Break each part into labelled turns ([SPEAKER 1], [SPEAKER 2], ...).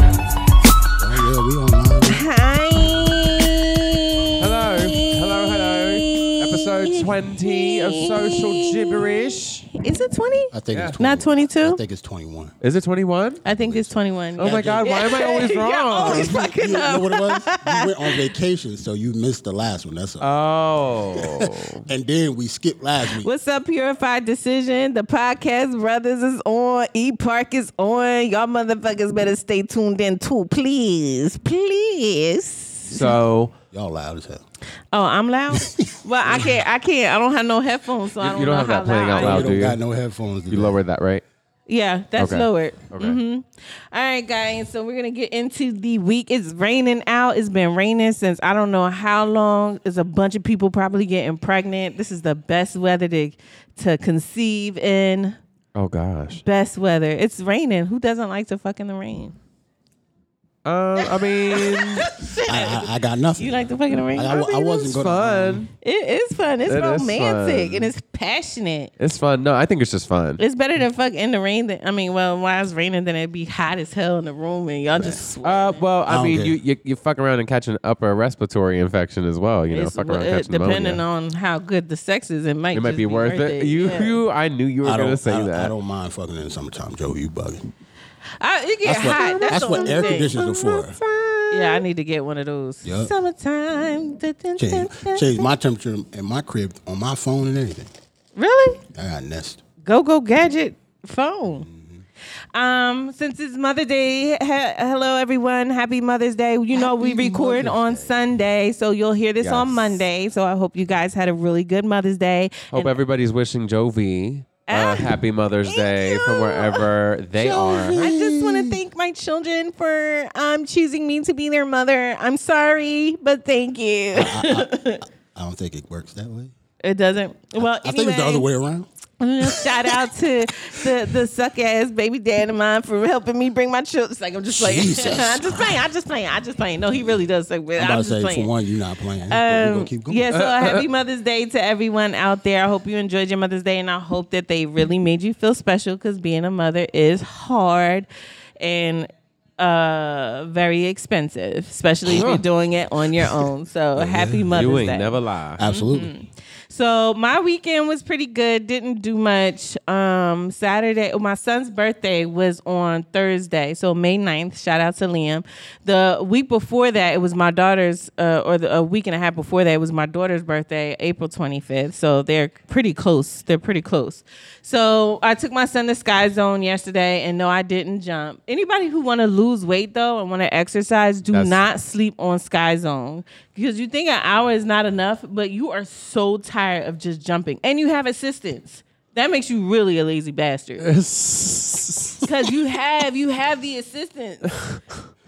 [SPEAKER 1] Oh, yeah, we online.
[SPEAKER 2] Hi.
[SPEAKER 3] Hello,
[SPEAKER 2] Hello.
[SPEAKER 3] hello, hello. Episode 20 of Social Gibberish.
[SPEAKER 2] Is it 20?
[SPEAKER 1] I think
[SPEAKER 3] Yeah.
[SPEAKER 1] it's 20.
[SPEAKER 2] Not 22?
[SPEAKER 1] I think it's 21.
[SPEAKER 3] Is it 21?
[SPEAKER 2] I think it's 21.
[SPEAKER 3] Oh my God, why am I always
[SPEAKER 2] You're
[SPEAKER 3] wrong?
[SPEAKER 2] always
[SPEAKER 1] You,
[SPEAKER 2] Oh, fucking
[SPEAKER 1] you know
[SPEAKER 2] up.
[SPEAKER 1] what it was? You went on vacation, so you missed the last one. That's all.
[SPEAKER 3] Oh.
[SPEAKER 1] and then we skipped last week.
[SPEAKER 2] What's up, Purified Decision? The podcast Brothers is on. E Park is on. Y'all motherfuckers better stay tuned in too. Please. Please.
[SPEAKER 3] So,
[SPEAKER 1] Y'all loud as hell.
[SPEAKER 2] Oh, I'm loud? well, I can't. I can't. I don't have no headphones, so I don't
[SPEAKER 3] you don't
[SPEAKER 2] know
[SPEAKER 3] have
[SPEAKER 2] how
[SPEAKER 3] that playing
[SPEAKER 2] loud
[SPEAKER 3] out
[SPEAKER 2] I am.
[SPEAKER 3] loud,
[SPEAKER 1] we
[SPEAKER 3] do
[SPEAKER 1] don't
[SPEAKER 3] you?
[SPEAKER 1] got no headphones.
[SPEAKER 3] you lowered that, right?
[SPEAKER 2] Yeah, that's
[SPEAKER 3] Okay.
[SPEAKER 2] lowered.
[SPEAKER 3] Okay.
[SPEAKER 2] Mm-hmm. All right, guys. So we're gonna get into the week. It's raining out. It's been raining since I don't know how long. There's a bunch of people probably getting pregnant. This is the best weather to to conceive in.
[SPEAKER 3] Oh, gosh.
[SPEAKER 2] Best weather. It's raining. Who doesn't like to fuck in the rain?
[SPEAKER 3] Uh, I mean,
[SPEAKER 1] I, I, I got nothing.
[SPEAKER 2] You like to fuck in the rain?
[SPEAKER 1] I, I, I wasn't
[SPEAKER 3] it's
[SPEAKER 1] going
[SPEAKER 3] fun.
[SPEAKER 2] it is fun. It's
[SPEAKER 3] It is
[SPEAKER 2] romantic
[SPEAKER 3] fun.
[SPEAKER 2] and it's passionate.
[SPEAKER 3] It's fun. No, I think it's just fun.
[SPEAKER 2] It's better than fuck in the rain than I mean, well, while it's raining, then it'd be hot as hell in the room and y'all just sweat.
[SPEAKER 3] Uh, well, I,
[SPEAKER 1] I don't
[SPEAKER 3] mean,
[SPEAKER 1] care.
[SPEAKER 3] you, you you fuck around and catch an upper respiratory infection as well. You know,
[SPEAKER 2] It's-
[SPEAKER 3] fuck around
[SPEAKER 2] it-
[SPEAKER 3] and catch pneumonia.
[SPEAKER 2] depending on how good the sex is, it might
[SPEAKER 3] it might
[SPEAKER 2] just
[SPEAKER 3] be worth it. You,
[SPEAKER 2] yeah.
[SPEAKER 3] you, I knew you were
[SPEAKER 1] I
[SPEAKER 3] gonna
[SPEAKER 1] don't,
[SPEAKER 3] say
[SPEAKER 1] I, don't-
[SPEAKER 3] that.
[SPEAKER 1] I don't mind fucking in the summertime, Joe. You bugging.
[SPEAKER 2] I, it get
[SPEAKER 1] That's what,
[SPEAKER 2] hot. That's,
[SPEAKER 1] that's
[SPEAKER 2] the
[SPEAKER 1] what
[SPEAKER 2] only
[SPEAKER 1] air
[SPEAKER 2] thing.
[SPEAKER 1] conditioners are for.
[SPEAKER 2] Yeah, I need to get one of those.
[SPEAKER 1] Yup.
[SPEAKER 2] Summertime. Dun, dun, dun,
[SPEAKER 1] Change,
[SPEAKER 2] dun,
[SPEAKER 1] change
[SPEAKER 2] dun.
[SPEAKER 1] my temperature in my crib on my phone and everything.
[SPEAKER 2] Really?
[SPEAKER 1] I got Nest.
[SPEAKER 2] Go go gadget phone.
[SPEAKER 1] Mm-hmm.
[SPEAKER 2] Um, since it's Mother Day, he- hello everyone. Happy Mother's Day. You know we
[SPEAKER 1] Happy
[SPEAKER 2] record
[SPEAKER 1] Mother's
[SPEAKER 2] on Sunday, so you'll hear this on
[SPEAKER 3] Yes.
[SPEAKER 2] Monday. So I hope you guys had a really good Mother's Day.
[SPEAKER 3] Hope everybody's wishing Jovi
[SPEAKER 2] Ah,
[SPEAKER 3] uh, happy Mother's Day
[SPEAKER 2] you.
[SPEAKER 3] from wherever they are.
[SPEAKER 2] I just want to thank my children for um, choosing me to be their mother. I'm sorry, but thank you.
[SPEAKER 1] I don't think it works that way.
[SPEAKER 2] It doesn't. Well,
[SPEAKER 1] I think it's the other way around.
[SPEAKER 2] way. Shout out to the the suck ass baby dad of mine for helping me bring my children. It's like I'm just playing.
[SPEAKER 1] Jesus
[SPEAKER 2] I'm just playing. I just playing. I just playing. No, he really does. Suck, but
[SPEAKER 1] I'm,
[SPEAKER 2] I'm,
[SPEAKER 1] about to
[SPEAKER 2] just
[SPEAKER 1] say,
[SPEAKER 2] playing. Um,
[SPEAKER 1] for one, you're not playing. We're going to keep going.
[SPEAKER 2] Yeah, so happy Mother's Day to everyone out there. I hope you enjoyed your Mother's Day, and I hope that they really made you feel special because being a mother is hard and uh very expensive, especially if you're doing it on your own. So happy Mother's
[SPEAKER 3] You ain't
[SPEAKER 2] Day.
[SPEAKER 3] never lie.
[SPEAKER 1] Absolutely.
[SPEAKER 2] Mm-hmm. So my weekend was pretty good. Didn't do much. Um, Saturday, my son's birthday was on Thursday, so May 9th. Shout out to Liam. The week before that, it was my daughter's, uh, or the, a week and a half before that, it was my daughter's birthday, April 25th. So they're pretty close. They're pretty close. So I took my son to Sky Zone yesterday, and no, I didn't jump. Anybody who want to lose weight though and want to exercise, do
[SPEAKER 3] That's-
[SPEAKER 2] not sleep on Sky Zone because you think an hour is not enough, but you are so tired of just jumping and you have assistance. That makes you really a lazy bastard because you have you have the assistance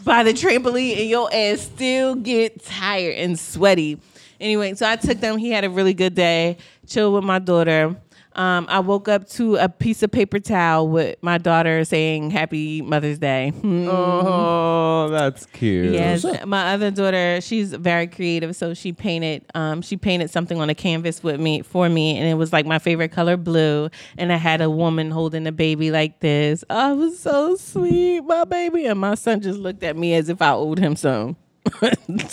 [SPEAKER 2] by the trampoline and your ass still get tired and sweaty. Anyway, so I took them. He had a really good day. Chill with my daughter. Um, I woke up to a piece of paper towel with my daughter saying "Happy Mother's Day." Hmm.
[SPEAKER 3] oh, that's cute.
[SPEAKER 2] Yes,
[SPEAKER 1] What's up?
[SPEAKER 2] my other daughter, she's very creative, so she painted um she painted something on a canvas with me for me and it was like my favorite color blue and I had a woman holding a baby like this. Oh, it was so sweet, my baby and my son just looked at me as if I owed him some.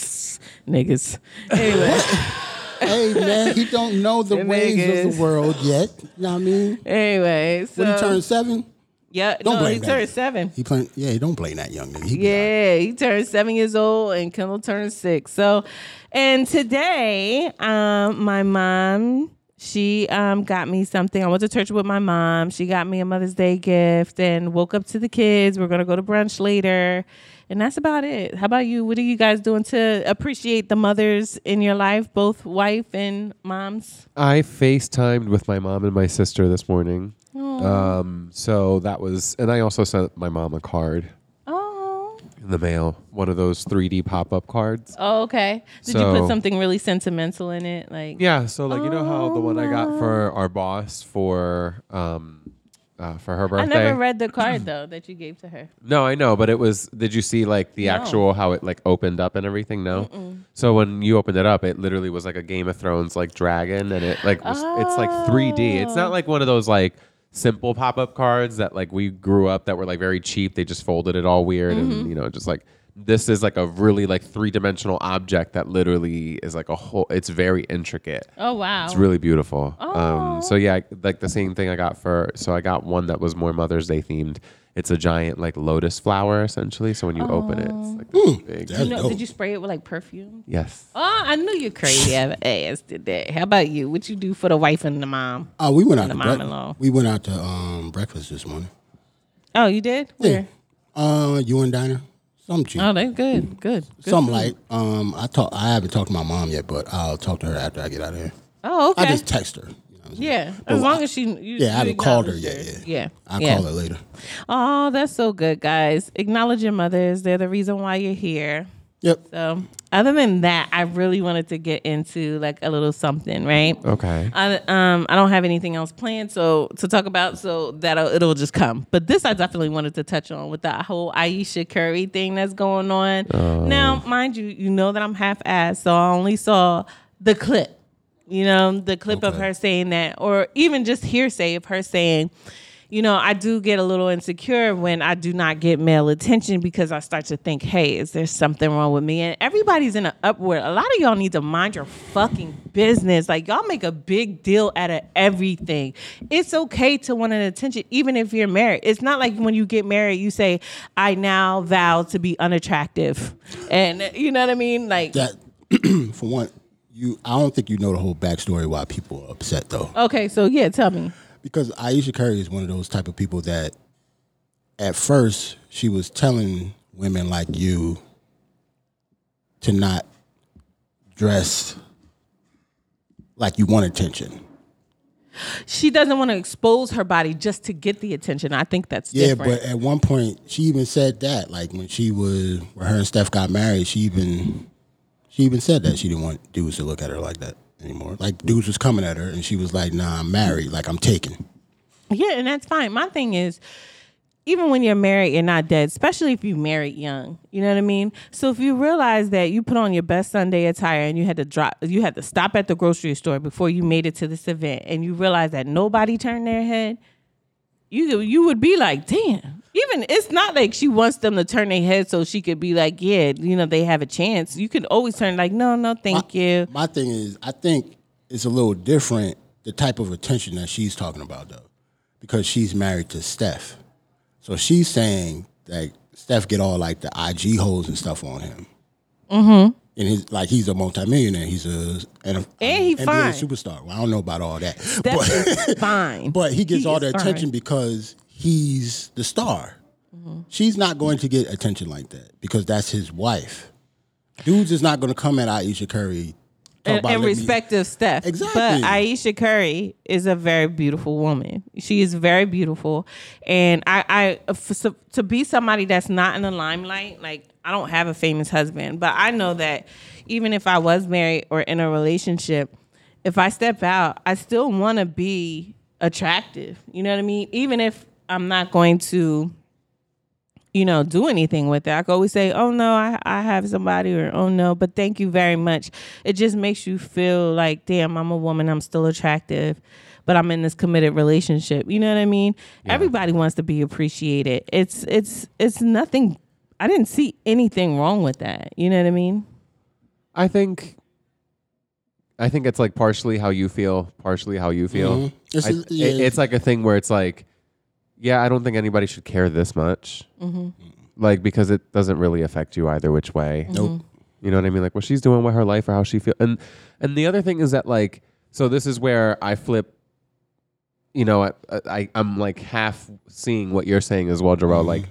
[SPEAKER 2] Niggas. Anyway,
[SPEAKER 1] hey man, he don't know the
[SPEAKER 2] Them
[SPEAKER 1] ways of
[SPEAKER 2] niggas.
[SPEAKER 1] the world yet. You know what I mean?
[SPEAKER 2] anyway, so
[SPEAKER 1] When he turned seven,
[SPEAKER 2] yeah,
[SPEAKER 1] don't
[SPEAKER 2] no,
[SPEAKER 1] blame
[SPEAKER 2] he
[SPEAKER 1] that.
[SPEAKER 2] turned 7.
[SPEAKER 1] he playing yeah, he don't blame that young nigga. He be all right.
[SPEAKER 2] Yeah, he turned seven years old and Kendall turned six. So, and today, um, my mom, she um, got me something. I went to church with my mom. She got me a Mother's Day gift and woke up to the kids. We're going to go to brunch later. And that's about it. How about you? What are you guys doing to appreciate the mothers in your life, both wife and moms?
[SPEAKER 3] I FaceTimed with my mom and my sister this morning. Um, so that was, and I also sent my mom a card
[SPEAKER 2] Oh,
[SPEAKER 3] in the mail, one of those 3D pop up cards.
[SPEAKER 2] oh okay. Did you
[SPEAKER 3] So-
[SPEAKER 2] put something really sentimental in it? Like,
[SPEAKER 3] Yeah, so like you know how the
[SPEAKER 2] Oh,
[SPEAKER 3] one I got
[SPEAKER 2] wow.
[SPEAKER 3] for our boss for um uh, for her
[SPEAKER 2] I
[SPEAKER 3] birthday.
[SPEAKER 2] never read the card though that you gave to her.
[SPEAKER 3] No, I know, but it was. Did you see like the
[SPEAKER 2] No.
[SPEAKER 3] actual how it like opened up and everything? No. So when you opened it up, it literally was like a Game of Thrones like dragon, and it like was, it's like 3D. It's not like one of those like simple pop up cards that like we grew up that were like very cheap. They just folded it all weird, and you know, just like this is like a really like three dimensional object that literally is like a whole. It's very intricate.
[SPEAKER 2] Oh wow.
[SPEAKER 3] It's really beautiful.
[SPEAKER 2] Aw.
[SPEAKER 3] Um, so yeah, like the same thing I got for. So I got one that was more Mother's Day themed. It's a giant like lotus flower essentially. So when you open it, it's like
[SPEAKER 1] "Hmm,
[SPEAKER 3] this big.
[SPEAKER 1] that's
[SPEAKER 2] You know,
[SPEAKER 1] dope.
[SPEAKER 2] did you spray it with like perfume?
[SPEAKER 3] yes.
[SPEAKER 2] Oh, I knew you crazy ass did that. How about you? What you do for the wife and the mom?
[SPEAKER 1] Oh, we went out
[SPEAKER 2] the
[SPEAKER 1] to
[SPEAKER 2] mom-in-law.
[SPEAKER 1] breakfast. We went out to um, breakfast this morning.
[SPEAKER 2] Oh, you did? Where?
[SPEAKER 1] Uh, you and Diner, some cheap,
[SPEAKER 2] Oh, that's good. Good. good.
[SPEAKER 1] some light. Um, I talk. I haven't talked to my mom yet, but I'll talk to her after I get out of here.
[SPEAKER 2] Oh, okay.
[SPEAKER 1] I just text her. you know what I'm saying?
[SPEAKER 2] yeah. As long as she. You,
[SPEAKER 1] Yeah, I
[SPEAKER 2] you
[SPEAKER 1] haven't called her yet.
[SPEAKER 2] acknowledged
[SPEAKER 1] Yeah,
[SPEAKER 2] Yeah.
[SPEAKER 1] I'll
[SPEAKER 2] yeah.
[SPEAKER 1] call her later.
[SPEAKER 2] Oh, that's so good, guys. Acknowledge your mothers. They're the reason why you're here.
[SPEAKER 1] Yep.
[SPEAKER 2] So, other than that, I really wanted to get into like a little something, right?
[SPEAKER 3] Okay.
[SPEAKER 2] I um I don't have anything else planned so to talk about so that uh, it'll just come. But this I definitely wanted to touch on with the whole Aisha Curry thing that's going on. Now, mind you, you know that I'm half assed, so I only saw the clip. You know, the clip of her saying that, or even just hearsay of her saying, you know, I do get a little insecure when I do not get male attention because I start to think, hey, is there something wrong with me? And everybody's in an uproar. A lot of y'all need to mind your fucking business. Like, y'all make a big deal out of everything. It's okay to want an attention, even if you're married. It's not like when you get married, you say, I now vow to be unattractive. And you know what I mean? Like,
[SPEAKER 1] That for one, you. I don't think you know the whole backstory why people are upset though,
[SPEAKER 2] okay, so yeah, tell me.
[SPEAKER 1] because Aisha Curry is one of those type of people that, at first, she was telling women like you to not dress like you want attention.
[SPEAKER 2] She doesn't want to expose her body just to get the attention. I think that's
[SPEAKER 1] Yeah,
[SPEAKER 2] different.
[SPEAKER 1] but at one point she even said that. Like when she was when her and Steph got married, she even she even said that she didn't want dudes to look at her like that anymore. Like dudes was coming at her and she was like, Nah, I'm married, like I'm taken.
[SPEAKER 2] Yeah, and that's fine. My thing is, even when you're married, you're not dead, especially if you married young. You know what I mean? So if you realize that you put on your best Sunday attire and you had to drop you had to stop at the grocery store before you made it to this event and you realize that nobody turned their head, you you would be like, damn. Even it's not like she wants them to turn their head so she could be like, yeah, you know, they have a chance. You can always turn like, no, no, thank you.
[SPEAKER 1] My thing is I think it's a little different the type of attention that she's talking about though. Because she's married to Steph. So she's saying that Steph get all like the IG holes and stuff on him. Mm-hmm. And he's like he's a multimillionaire. He's a and, a,
[SPEAKER 2] Mm-hmm. And he
[SPEAKER 1] NBA
[SPEAKER 2] fine.
[SPEAKER 1] superstar. Well, I don't know about all that.
[SPEAKER 2] That
[SPEAKER 1] but
[SPEAKER 2] is fine.
[SPEAKER 1] but he gets
[SPEAKER 2] He
[SPEAKER 1] all
[SPEAKER 2] is
[SPEAKER 1] the
[SPEAKER 2] fine.
[SPEAKER 1] attention because he's the star. She's not going to get attention like that because that's his wife. Dudes is not going to come at Aisha Curry. talk
[SPEAKER 2] and,
[SPEAKER 1] about,
[SPEAKER 2] and
[SPEAKER 1] "Let me-"
[SPEAKER 2] respect of Steph. But
[SPEAKER 1] Exactly.
[SPEAKER 2] Aisha Curry is a very beautiful woman. She is very beautiful, and I, I for, so- to be somebody that's not in the limelight, like I don't have a famous husband, but I know that even if I was married or in a relationship, if I step out, I still want to be attractive. You know what I mean? Even if I'm not going to you know, do anything with it. I could always say, oh no, I, I have somebody, or oh no, but thank you very much. It just makes you feel like, damn, I'm a woman, I'm still attractive, but I'm in this committed relationship. You know what I mean? Everybody wants to be appreciated. It's it's it's nothing I didn't see anything wrong with that. You know what I mean?
[SPEAKER 3] I think. I think it's like partially how you feel, partially how you feel.
[SPEAKER 1] Mhm. This
[SPEAKER 3] I-
[SPEAKER 1] is-
[SPEAKER 3] it-
[SPEAKER 1] yeah.
[SPEAKER 3] it's like a thing where it's like, yeah, I don't think anybody should care this much, like because it doesn't really affect you either which way.
[SPEAKER 2] Mm-hmm.
[SPEAKER 1] Nope.
[SPEAKER 3] You know what I mean? Like what she's doing with her life or how she feels. And and the other thing is that like so this is where I flip. You know, I, I I'm like half seeing what you're saying as well, Jarrell. Like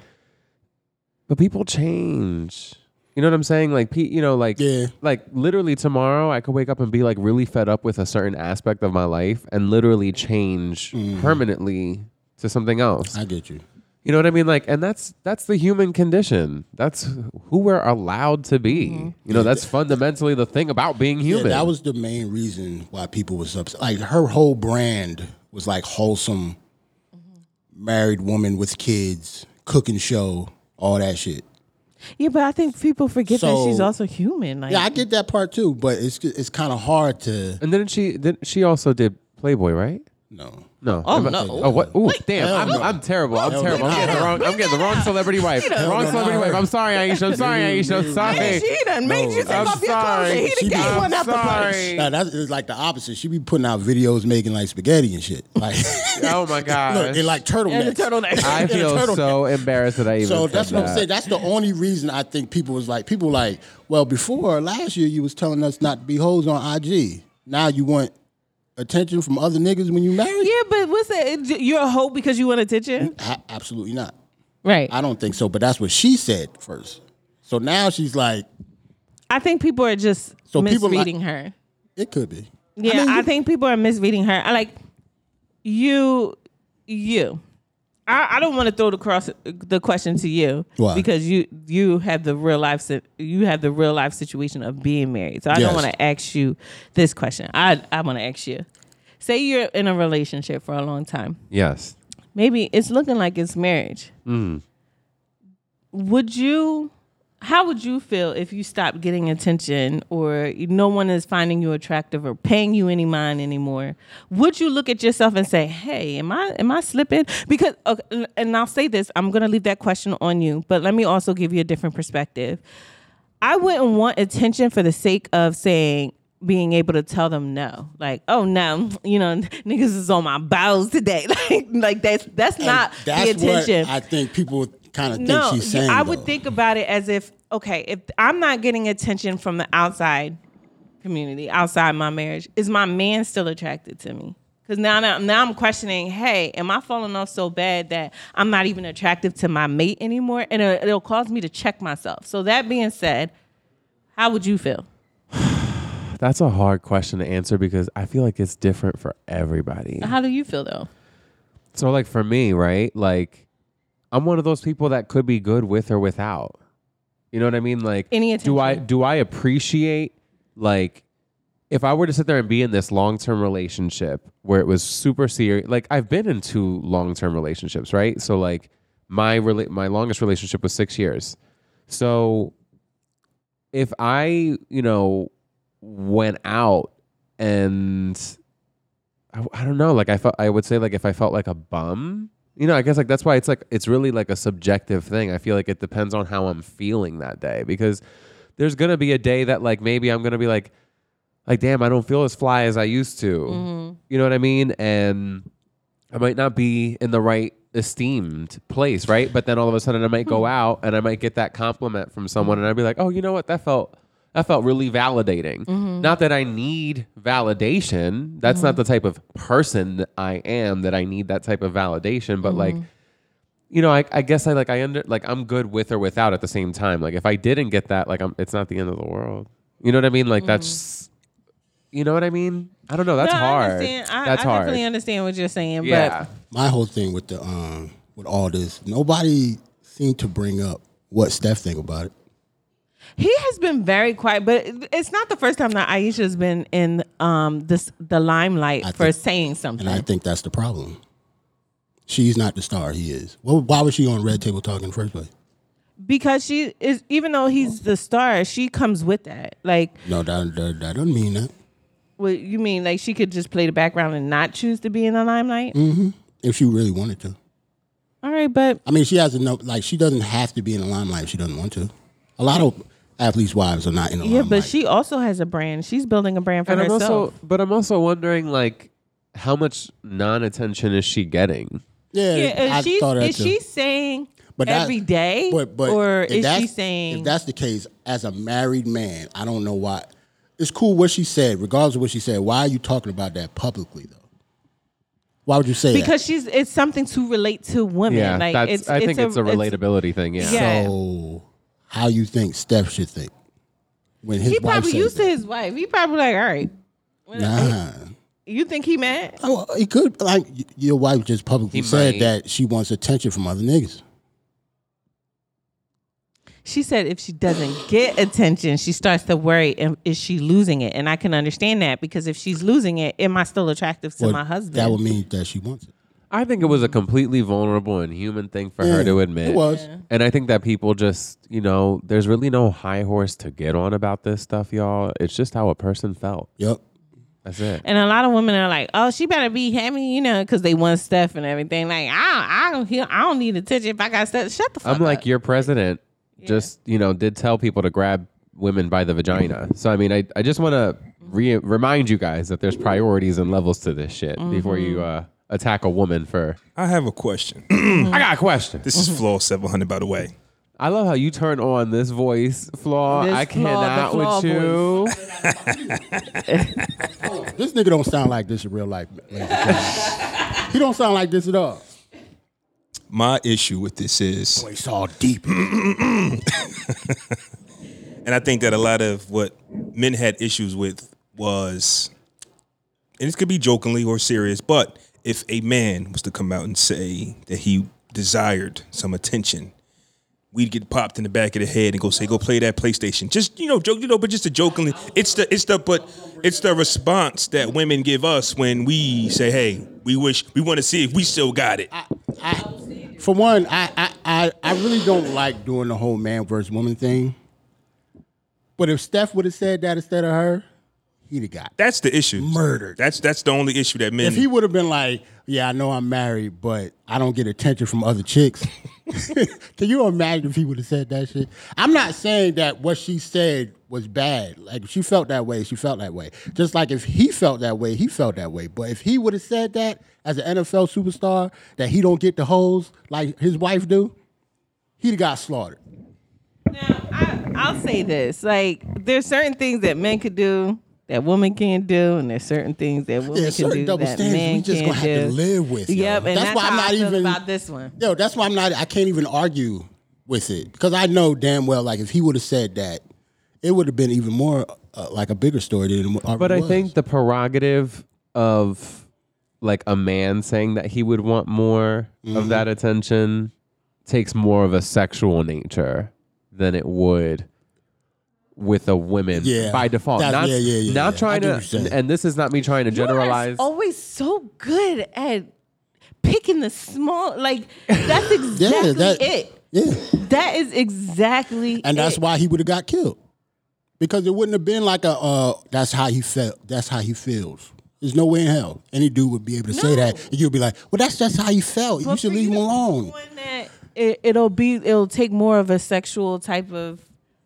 [SPEAKER 3] But people change. You know what I'm saying? Like, pe- you know, like,
[SPEAKER 1] Yeah.
[SPEAKER 3] like literally tomorrow, I could wake up and be like really fed up with a certain aspect of my life and literally change permanently to something else.
[SPEAKER 1] I get you.
[SPEAKER 3] You know what I mean? Like, and that's that's the human condition. That's who we're allowed to be. You know, that's fundamentally the thing about being
[SPEAKER 1] Mm-hmm. Yeah,
[SPEAKER 3] human.
[SPEAKER 1] that was the main reason why people was upset. Like her whole brand was like wholesome,
[SPEAKER 2] Mm-hmm.
[SPEAKER 1] married woman with kids, cooking show, all that shit.
[SPEAKER 2] Yeah, but I think people forget that she's
[SPEAKER 1] So-
[SPEAKER 2] also human. Like,
[SPEAKER 1] Yeah, I get that part too, but it's it's kind of hard to
[SPEAKER 3] and then she then she also did Playboy, right?
[SPEAKER 1] no.
[SPEAKER 3] No.
[SPEAKER 2] Oh,
[SPEAKER 3] Am I-
[SPEAKER 2] no.
[SPEAKER 3] Oh what? Ooh, damn!
[SPEAKER 1] Hell
[SPEAKER 3] I'm,
[SPEAKER 1] no.
[SPEAKER 3] I'm terrible. I'm terrible. I'm
[SPEAKER 1] no.
[SPEAKER 3] getting the wrong. I'm getting the wrong celebrity wife. Wrong
[SPEAKER 1] no,
[SPEAKER 3] celebrity
[SPEAKER 1] no.
[SPEAKER 3] wife. I'm sorry, Aisha. I'm sorry, Aisha. I'm sorry.
[SPEAKER 2] she done made you take
[SPEAKER 3] I'm
[SPEAKER 2] off your clothes.
[SPEAKER 3] sorry.
[SPEAKER 2] and He
[SPEAKER 3] She
[SPEAKER 2] done gave
[SPEAKER 3] did.
[SPEAKER 2] one out the
[SPEAKER 3] I'm
[SPEAKER 2] bunch.
[SPEAKER 3] sorry.
[SPEAKER 1] Nah, that's it's like the opposite. She be putting out videos making like spaghetti and shit. Like
[SPEAKER 3] Oh my
[SPEAKER 1] look,
[SPEAKER 3] god.
[SPEAKER 1] and like turtlenecks.
[SPEAKER 2] And the turtleneck.
[SPEAKER 3] I
[SPEAKER 1] in a
[SPEAKER 3] feel
[SPEAKER 1] turtleneck.
[SPEAKER 3] so embarrassed that I even.
[SPEAKER 1] So
[SPEAKER 3] said
[SPEAKER 1] that's what
[SPEAKER 3] that.
[SPEAKER 1] I'm saying. That's the only reason I think people was like, people like, well, before last year you was telling us not to be hoes on IG. Now you want attention from other niggas when you marry?
[SPEAKER 2] Yeah, but what's that? It- You're a hope because you want attention,
[SPEAKER 1] A- absolutely not.
[SPEAKER 2] right?
[SPEAKER 1] I don't think so. But that's what she said first. So now she's like,
[SPEAKER 2] I think people are just
[SPEAKER 1] So people like-
[SPEAKER 2] misreading her.
[SPEAKER 1] it could be.
[SPEAKER 2] Yeah, I, think people are misreading her. I like you, you. I, I don't want to throw the cross the question to you
[SPEAKER 1] Why?
[SPEAKER 2] because you you have the real life si- you have the real life situation of being married. So I
[SPEAKER 1] Yes.
[SPEAKER 2] don't want to ask you this question. I I want to ask you. Say you're in a relationship for a long time.
[SPEAKER 3] Yes.
[SPEAKER 2] Maybe it's looking like it's marriage. Would you? How would you feel if you stopped getting attention or no one is finding you attractive or paying you any mind anymore? Would you look at yourself and say, "Hey, am I am I slipping?" Because okay, and I'll say this, I'm going to leave that question on you, but let me also give you a different perspective. I wouldn't want attention for the sake of saying being able to tell them no. Like, "Oh no, you know, niggas is on my bowels today." Like like that's that's not
[SPEAKER 1] And
[SPEAKER 2] the
[SPEAKER 1] that's what
[SPEAKER 2] attention.
[SPEAKER 1] I think people kind of think
[SPEAKER 2] No,
[SPEAKER 1] she's saying.
[SPEAKER 2] I would
[SPEAKER 1] though.
[SPEAKER 2] think about it as if okay, if I'm not getting attention from the outside community, outside my marriage, is my man still attracted to me? Because now, now, now I'm questioning, hey, am I falling off so bad that I'm not even attractive to my mate anymore? And it'll, it'll cause me to check myself. So that being said, how would you feel?
[SPEAKER 3] That's a hard question to answer because I feel like it's different for everybody.
[SPEAKER 2] How do you feel though?
[SPEAKER 3] So like for me, right? Like I'm one of those people that could be good with or without. You know what I mean? Like
[SPEAKER 2] Any
[SPEAKER 3] do I
[SPEAKER 2] attention.
[SPEAKER 3] do I appreciate like if I were to sit there and be in this long term relationship where it was super serious, like I've been in two long term relationships, right? So like my rela- my longest relationship was six years. So if I, you know, went out and I, I don't know, like I felt, I would say like if I felt like a bum, you know, I guess like that's why it's like it's really like a subjective thing. I feel like it depends on how I'm feeling that day because there's gonna be a day that like maybe I'm gonna be like, like damn, I don't feel as fly as I used to. You know what I mean? And I might not be in the right esteemed place, right? But then all of a sudden I might
[SPEAKER 2] Hmm.
[SPEAKER 3] go out and I might get that compliment from someone and I'd be like, "Oh, you know what? That felt that felt really validating."
[SPEAKER 2] Mm-hmm.
[SPEAKER 3] Not that I need validation. That's not the type of person that I am that I need that type of validation, but like
[SPEAKER 2] Mm-hmm.
[SPEAKER 3] you know, I, I guess I like I under like I'm good with or without at the same time. Like if I didn't get that, like I'm it's not the end of the world. You know what I mean? Like that's you know what I mean? I don't know. That's
[SPEAKER 2] Mm-hmm. no, I
[SPEAKER 3] hard.
[SPEAKER 2] understand. I,
[SPEAKER 3] that's
[SPEAKER 2] I
[SPEAKER 3] hard.
[SPEAKER 2] definitely understand what you're saying.
[SPEAKER 3] yeah.
[SPEAKER 1] my whole thing with the um with all this, nobody seemed to bring up what Steph think about it.
[SPEAKER 2] But he has been very quiet, but it- it's not the first time that Aisha's been in um this the limelight for
[SPEAKER 1] think-
[SPEAKER 2] saying something.
[SPEAKER 1] And I think that's the problem. She's not the star. He is. Well, why was she on Red Table Talk in the first place?
[SPEAKER 2] because she is even though he's the star she comes with that like
[SPEAKER 1] No, that, that, that doesn't mean that.
[SPEAKER 2] what you mean like she could just play the background and not choose to be in the limelight
[SPEAKER 1] Mm. If she really wanted to.
[SPEAKER 2] all right but
[SPEAKER 1] I mean, she has enough. Like, she doesn't have to be in the limelight if she doesn't want to. A lot of athletes' wives are not in the
[SPEAKER 2] yeah
[SPEAKER 1] limelight.
[SPEAKER 2] but she also has a brand she's building a brand for
[SPEAKER 3] and I'm
[SPEAKER 2] herself
[SPEAKER 3] also, but I'm also wondering like how much non-attention is she getting?
[SPEAKER 1] Yeah,
[SPEAKER 2] yeah,
[SPEAKER 1] I
[SPEAKER 2] is she,
[SPEAKER 1] thought of that
[SPEAKER 2] is
[SPEAKER 1] too.
[SPEAKER 2] she saying
[SPEAKER 1] But that-
[SPEAKER 2] every day
[SPEAKER 1] But but
[SPEAKER 2] or
[SPEAKER 1] if
[SPEAKER 2] is she
[SPEAKER 1] that's-
[SPEAKER 2] saying
[SPEAKER 1] if that's the case, as a married man, I don't know why. It's cool what she said, regardless of what she said. Why are you talking about that publicly though? Why would you say
[SPEAKER 2] because she's it's something to relate to women.
[SPEAKER 3] Yeah,
[SPEAKER 2] like
[SPEAKER 3] that's.
[SPEAKER 2] it's,
[SPEAKER 3] I think it's a, relatability thing. Yeah.
[SPEAKER 2] Yeah.
[SPEAKER 1] that? So, Oh, how you think Steph should think when his
[SPEAKER 2] He
[SPEAKER 1] wife
[SPEAKER 2] probably
[SPEAKER 1] says
[SPEAKER 2] used
[SPEAKER 1] that?
[SPEAKER 2] to his wife. He probably like, all right,
[SPEAKER 1] Nah.
[SPEAKER 2] you think he mad?
[SPEAKER 1] Oh, well, it could like y- your wife just publicly
[SPEAKER 3] He
[SPEAKER 1] said
[SPEAKER 3] might.
[SPEAKER 1] that she wants attention from other niggas.
[SPEAKER 2] She said if she doesn't get attention, she starts to worry, am- is she losing it? And I can understand that because if she's losing it, am I still attractive to
[SPEAKER 1] Well,
[SPEAKER 2] my husband?
[SPEAKER 1] That would mean that she wants it.
[SPEAKER 3] I think it was a completely vulnerable and human thing for her
[SPEAKER 1] Yeah,
[SPEAKER 3] to admit.
[SPEAKER 1] Mm, it was.
[SPEAKER 3] And I think that people just, you know, there's really no high horse to get on about this stuff, y'all. It's just how a person felt.
[SPEAKER 1] Yep.
[SPEAKER 3] That's it.
[SPEAKER 2] And a lot of women are like, "Oh, she better be happy," you know, because they want stuff and everything. Like, I, don't- I don't, hear- I don't need attention if I got stuff. Shut the fuck
[SPEAKER 3] I'm like,
[SPEAKER 2] up.
[SPEAKER 3] your president just, you know, did tell people to grab women by the vagina. So, I mean, I, I just want to re- remind you guys that there's priorities and levels to this shit before you
[SPEAKER 2] Mm-hmm.
[SPEAKER 3] uh, attack a woman for.
[SPEAKER 4] I have a question.
[SPEAKER 3] I got a question.
[SPEAKER 4] This is Flaw 700, by the way.
[SPEAKER 3] I love how you turn on this voice flaw.
[SPEAKER 2] This
[SPEAKER 3] I
[SPEAKER 2] flaw, the flaw
[SPEAKER 3] cannot with you.
[SPEAKER 1] This nigga don't sound like this in real life. ladies and gentlemen. he don't sound like this at all.
[SPEAKER 4] My issue with this is,
[SPEAKER 1] It's all deep.
[SPEAKER 4] and I think that a lot of what men had issues with was, and this could be jokingly or serious, but if a man was to come out and say that he desired some attention, we'd get popped in the back of the head and go say, "Go play that PlayStation." Just you know, joke, you know, but just a jokingly. It's the it's the but it's the response that women give us when we say, "Hey, we wish we want to see if we still got it."
[SPEAKER 1] For one, I, I, I, I really don't like doing the whole man versus woman thing. But if Steph would have said that instead of her, he'd have got. it.
[SPEAKER 4] That's the issue.
[SPEAKER 1] Murdered.
[SPEAKER 4] That's that's the only issue that men.
[SPEAKER 1] If he would have been like, "Yeah, I know I'm married, but I don't get attention from other chicks," can you imagine if he would have said that shit? I'm not saying that what she said was bad. Like if she felt that way, she felt that way. Just like if he felt that way, he felt that way. But if he would have said that as an NFL superstar, that he don't get the hoes like his wife do, he'd have got slaughtered.
[SPEAKER 2] Now, I, I'll say this: like, there's certain things that men could do that women can't do, and there's certain things that women
[SPEAKER 1] Yeah,
[SPEAKER 2] can
[SPEAKER 1] certain
[SPEAKER 2] do
[SPEAKER 1] double
[SPEAKER 2] that
[SPEAKER 1] standards
[SPEAKER 2] men
[SPEAKER 1] we just
[SPEAKER 2] can't
[SPEAKER 1] gonna have to
[SPEAKER 2] do.
[SPEAKER 1] live with. yo.
[SPEAKER 2] Yep, and that's,
[SPEAKER 1] why
[SPEAKER 2] how
[SPEAKER 1] I'm not
[SPEAKER 2] I feel
[SPEAKER 1] even
[SPEAKER 2] about this one.
[SPEAKER 1] Yo, that's why I'm not. I can't even argue with it because I know damn well. Like if he would have said that, it would have been even more uh, like a bigger story than what already
[SPEAKER 3] But I
[SPEAKER 1] was.
[SPEAKER 3] think the prerogative of like a man saying that he would want more
[SPEAKER 1] Mm-hmm.
[SPEAKER 3] of that attention takes more of a sexual nature than it would with a woman
[SPEAKER 1] Yeah.
[SPEAKER 3] by default.
[SPEAKER 1] That-
[SPEAKER 3] not
[SPEAKER 1] yeah, yeah, yeah,
[SPEAKER 3] not
[SPEAKER 1] yeah. I
[SPEAKER 3] trying
[SPEAKER 1] get what you're
[SPEAKER 3] to
[SPEAKER 1] saying.
[SPEAKER 3] and this is not me trying to generalize.
[SPEAKER 2] You're always so good at picking the small. Like, that's exactly
[SPEAKER 1] that-
[SPEAKER 2] it.
[SPEAKER 1] yeah,
[SPEAKER 2] That is exactly.
[SPEAKER 1] and that's
[SPEAKER 2] it.
[SPEAKER 1] why he would have got killed because it wouldn't have been like a. Uh, that's how he felt. That's how he feels. There's no way in hell any dude would be able to say that, and you'd be like, "Well, that's just how he felt. you
[SPEAKER 2] But
[SPEAKER 1] should
[SPEAKER 2] for
[SPEAKER 1] leave him
[SPEAKER 2] to be
[SPEAKER 1] alone."
[SPEAKER 2] doing that, It, it'll be. It'll take more of a sexual type of